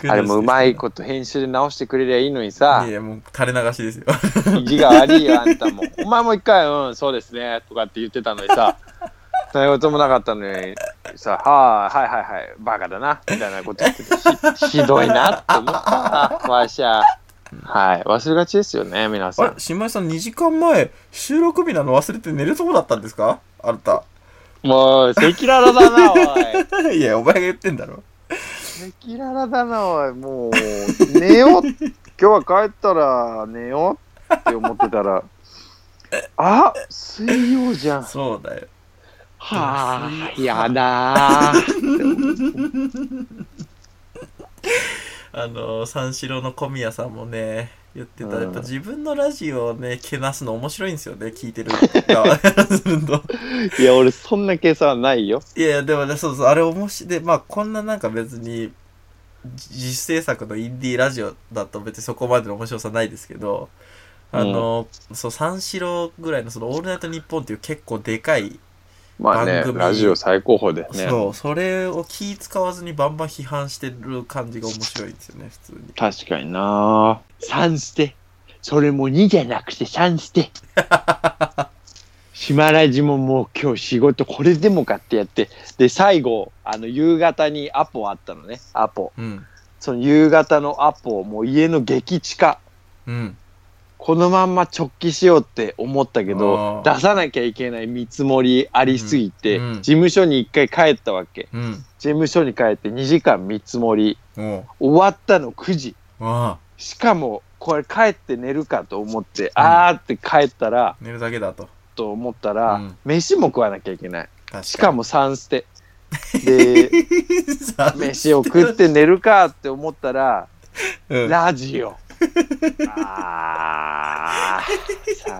Speaker 1: あれもうまいこと編集で直してくれりゃいいのにさ
Speaker 3: い、や、もう垂れ流しですよ。
Speaker 1: 意地が悪いよ、あんたも。お前も一回、うん、そうですね、とかって言ってたのにさ、何事もなかったのに、さ、はあ、はいはいはい、バカだな、みたいなこと言っててひ、ひどいなって思ったな、わしゃ。はい、忘れがちですよね、皆さ
Speaker 3: あれ
Speaker 1: ん、。
Speaker 3: 新井さん2時間前、収録日なの忘れて寝るとこだったんですかあなた。
Speaker 1: もう、赤裸々だな、おい。
Speaker 3: いや、お前が言ってんだろ。
Speaker 1: 赤裸々だな、おい。もう、寝よう。今日は帰ったら寝ようって思ってたら、あ水曜じゃん。は
Speaker 3: そうだよ。
Speaker 1: あ、やだー。
Speaker 3: あの、三四郎の小宮さんもね、言ってた。
Speaker 1: うん
Speaker 3: やっぱ自分のラジオをね、けなすの面白いんですよね、聞いてる側からすると。
Speaker 1: いや、俺、そんな計算はないよ。
Speaker 3: いやいや、でもね、そうそう、あれ面白い。で、まあ、こんななんか別に、じ自主制作のインディーラジオだと別にそこまでの面白さないですけど、あの、そう、三四郎ぐらいのその、オールナイトニッポンっていう結構でかい
Speaker 1: まあね
Speaker 3: 番、組
Speaker 1: ラジオ最高峰だよね。
Speaker 3: そう、それを気使わずにバンバン批判してる感じが面白いんですよね、普通に。
Speaker 1: 確かにな三して。それも2じゃなくて3して。島ラジももう今日仕事これでもかってやって。で、最後、あの、夕方にアポあったのね。アポ。
Speaker 3: うん。
Speaker 1: その夕方のアポをもう家の激地下。
Speaker 3: うん。
Speaker 1: このまんま直帰しようって思ったけど、
Speaker 3: あー
Speaker 1: 出さなきゃいけない見積もりありすぎて、
Speaker 3: うんうん
Speaker 1: 事務所に一回帰ったわけ。
Speaker 3: うん。
Speaker 1: 事務所に帰って2時間見積もり。
Speaker 3: おう。
Speaker 1: 終わったの9時。
Speaker 3: ああ、
Speaker 1: しかも、これ帰って寝るかと思って、あーって帰ったら、
Speaker 3: 寝るだけだと。
Speaker 1: と思ったら、
Speaker 3: うん
Speaker 1: 飯も食わなきゃいけない。
Speaker 3: 確かに。
Speaker 1: しか、 も3捨て。で、飯を食っ。て寝るかって思ったら、
Speaker 3: うん、
Speaker 1: ラジ オ。あー、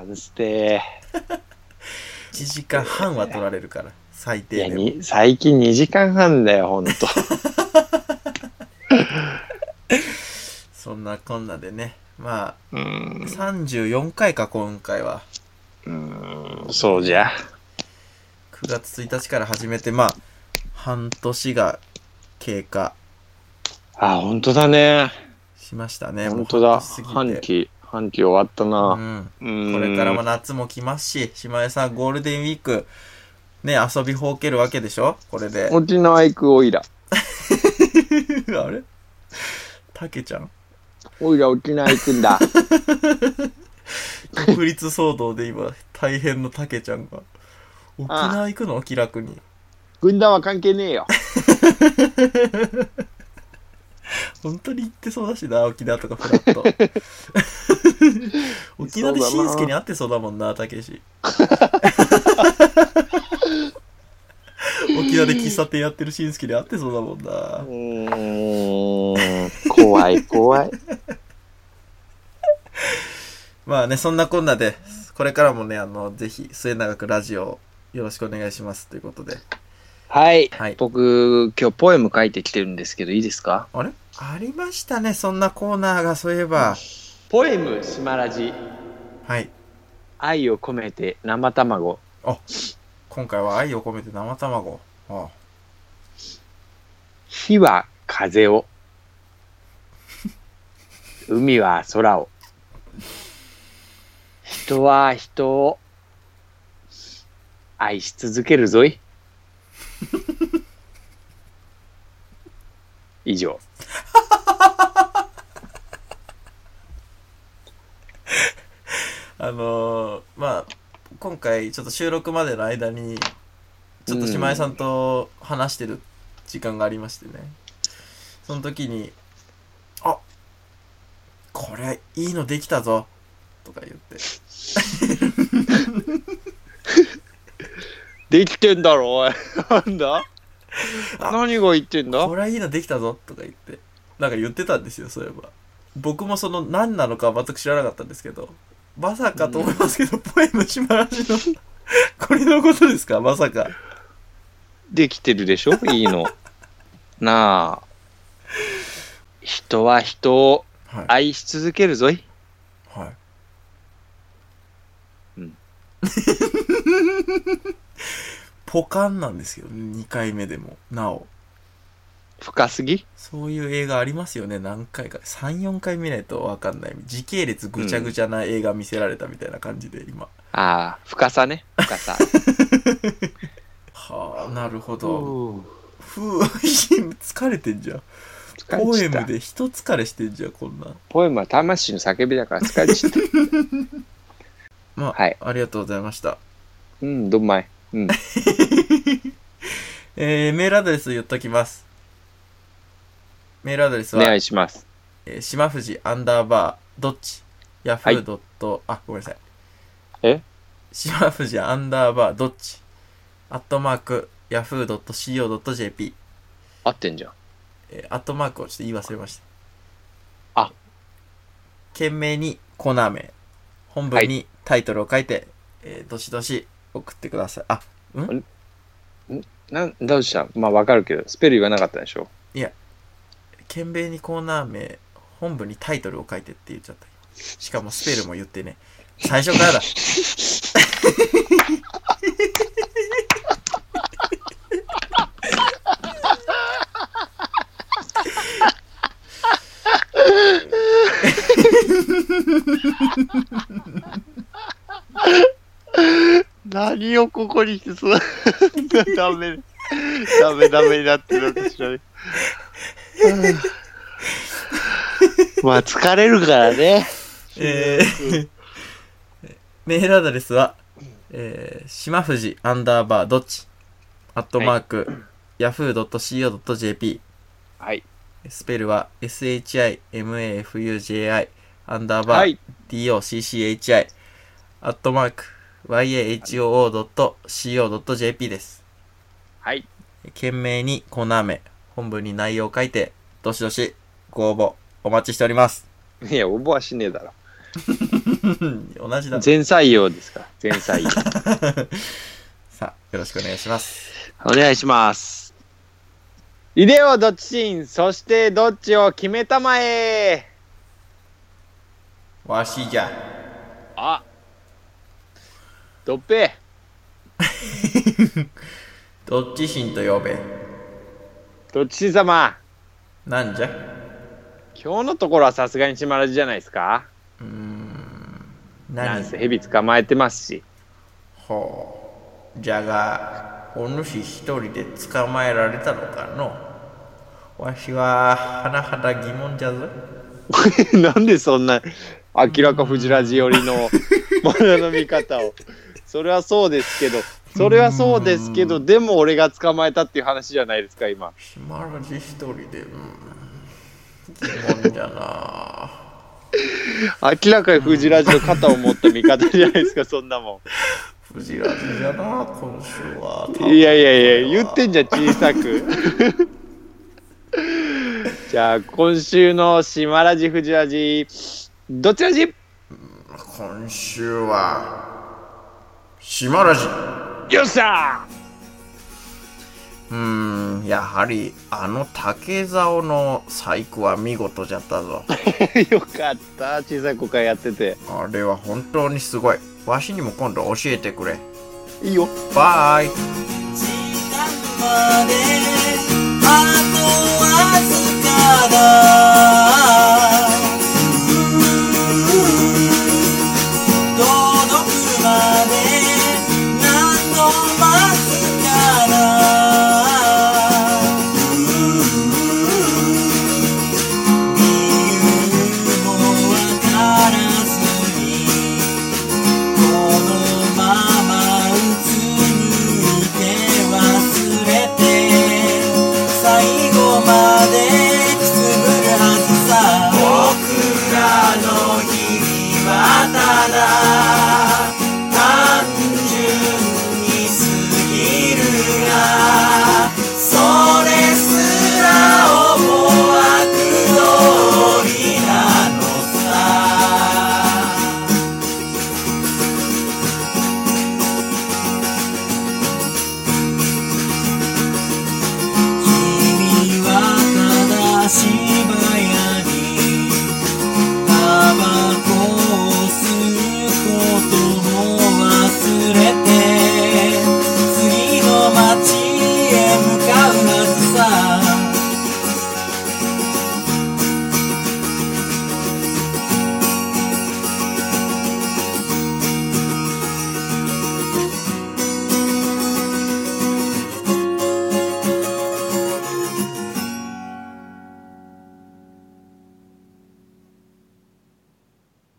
Speaker 1: 3捨て。
Speaker 3: 1時間半は取られるから、最
Speaker 1: いや、
Speaker 3: 低でも。
Speaker 1: に最近2時間半だよ、ほん と。
Speaker 3: そんなこんなでね。まあ、
Speaker 1: うん。
Speaker 3: 34回か、今回は。
Speaker 1: うん、そうじゃ。
Speaker 3: 9月1日から始めて、まあ、半年が経過
Speaker 1: あ、本当だね。
Speaker 3: しましたね。
Speaker 1: 本当だ。半
Speaker 3: 半年過ぎて
Speaker 1: 期、半期終わった
Speaker 3: う
Speaker 1: な。
Speaker 3: ん。
Speaker 1: うん
Speaker 3: これからも夏も来ますし、島根さん、ゴールデンウィーク、ね、遊びほうけるわけでしょこれで。
Speaker 1: 落ちのアイクオイラ。
Speaker 3: あれたけちゃん
Speaker 1: オイラ落ちのアイクん だ。
Speaker 3: 独立騒動で今、大変のたけちゃんが。沖縄行くの気楽に。
Speaker 1: 軍団は関係ねえよ。
Speaker 3: 本当に行ってそうだしな、沖縄とかフラット。沖縄でしんすけに会ってそうだもんな、たけし。沖縄で喫茶店やってるしんすけに会ってそうだもんな
Speaker 1: う。ーん。怖い、怖い。
Speaker 3: まあね、そんなこんなで、これからもね、あの、ぜひ、末永くラジオをよろしくお願いしますということで。
Speaker 1: はい。
Speaker 3: はい。
Speaker 1: 僕、今日ポエム書いてきてるんですけど、いいですか
Speaker 3: あれありましたね、そんなコーナーが、そういえば。
Speaker 1: ポエム、しまらじ。
Speaker 3: はい。
Speaker 1: 愛を込めて生卵。
Speaker 3: 今回は愛を込めて生卵。あ
Speaker 1: 火は風を。海は空を。人は人を愛し続けるぞ い。以上。
Speaker 3: ああのーまあ、今回、ちょっと収録までの間に、ちょっと島井さんと話してる時間がありましてね。その時に、あこれ、いいのできたぞとか言って。
Speaker 1: できてんだろ、おい。なんだ
Speaker 3: あ
Speaker 1: 何が言ってんだ
Speaker 3: これはいいのできたぞとか言ってなんか言ってたんですよそういえば僕もその何なのか全く知らなかったんですけどまさかと思いますけど、ポエムしまらしの これのことですかまさか
Speaker 1: できてるでしょいい の。なあ。人は人を
Speaker 3: はい、
Speaker 1: 愛し続けるぞい。
Speaker 3: はい
Speaker 1: うん
Speaker 3: ポカンなんですよ2回目でもなお
Speaker 1: 深すぎ
Speaker 3: そういう映画ありますよね何回か34回見ないと分かんない時系列ぐちゃぐちゃな映画見せられたみたいな感じで今、
Speaker 1: ああ、深さね。深さ。
Speaker 3: はあなるほど、
Speaker 1: 疲
Speaker 3: ふう疲れてんじゃん。ポエ
Speaker 1: れ
Speaker 3: ム
Speaker 1: た。
Speaker 3: で人疲れしてんじゃん、こんな。
Speaker 1: ポエムは魂の叫びだから疲れちゃ った。
Speaker 3: まあ、
Speaker 1: はい
Speaker 3: ありがとうございました。
Speaker 1: うん、どんまい。うん。
Speaker 3: えー、メールアドレス言っときます。メールアドレス
Speaker 1: お
Speaker 3: は、
Speaker 1: 願いします。
Speaker 3: えー、島藤アンダーバー、どっちヤフードット、あ、ごめんなさい。
Speaker 1: え
Speaker 3: 島藤アンダーバー、どっちアットマーク、ヤフードット CO.jp。
Speaker 1: 合ってんじゃん。
Speaker 3: えー、アットマークをちょっと言い忘れました。
Speaker 1: あ。
Speaker 3: 懸命にコーナー名、本文にタイトルを書いて、えーどしどし送ってください。あ、
Speaker 1: なん、どうしたまあわかるけど、スペル言わなかったでしょ。
Speaker 3: 懸命にコーナー名、本文にタイトルを書いてって言っちゃった。しかもスペルも言ってね。最初からだ。
Speaker 1: 何をここにしてそ ダメ、ダメダメになってるのかしらね。まあ疲れるからね。
Speaker 3: えーメールアドレスは、えー、しまふじアンダーバーどっちアットマーク、ヤフー .co.jp
Speaker 1: はい。
Speaker 3: スペルは shimafuji アンダーバ
Speaker 1: は
Speaker 3: ー
Speaker 1: い。
Speaker 3: docchi アットマーク yahoo.co.jp です。
Speaker 1: はい。
Speaker 3: 懸命にコーナー名、本文に内容を書いて、どしどしご応募お待ちしております。
Speaker 1: いや、応募はしねえだろ。
Speaker 3: 同じだ。
Speaker 1: 全採用ですから。全採用。
Speaker 3: さあ、よろしくお願いします。
Speaker 1: お願いします。イデオどっちシーン、そしてどっちを決めたまえ
Speaker 3: わしじゃ。
Speaker 1: あドッペ
Speaker 3: どっちしんと呼べ。
Speaker 1: どっち様
Speaker 3: なんじゃ
Speaker 1: 今日のところはさすがに島ラジじゃないですかな
Speaker 3: 何
Speaker 1: んせ蛇捕まえてますし
Speaker 3: ほう。じゃが、お主一人で捕まえられたのかのわしは、はなはだ疑問じゃぞ。
Speaker 1: なんでそんな明らかフジラジ寄りのものの見方をそれはそうですけどそれはそうですけどでも俺が捕まえたっていう話じゃないですか今
Speaker 3: 島ラジ一人で、うん。疑問じゃな。
Speaker 1: 明らかにフジラジの肩を持った見方じゃないですかそんなも
Speaker 3: フジラジじゃな、今週は。
Speaker 1: んいやいやいや言ってんじゃん小さくじゃあ今週の島ラジフジラジどちらじ
Speaker 3: 今週は、島ラジ。
Speaker 1: よっしゃ
Speaker 3: うーん、やはり、あの竹竿の細工は見事じゃったぞ。
Speaker 1: ー よかった小さい子からやってて
Speaker 3: あれは本当にすごい。わしにも今度教えてくれ。
Speaker 1: いいよ
Speaker 3: バイ
Speaker 4: 時間まであとわずか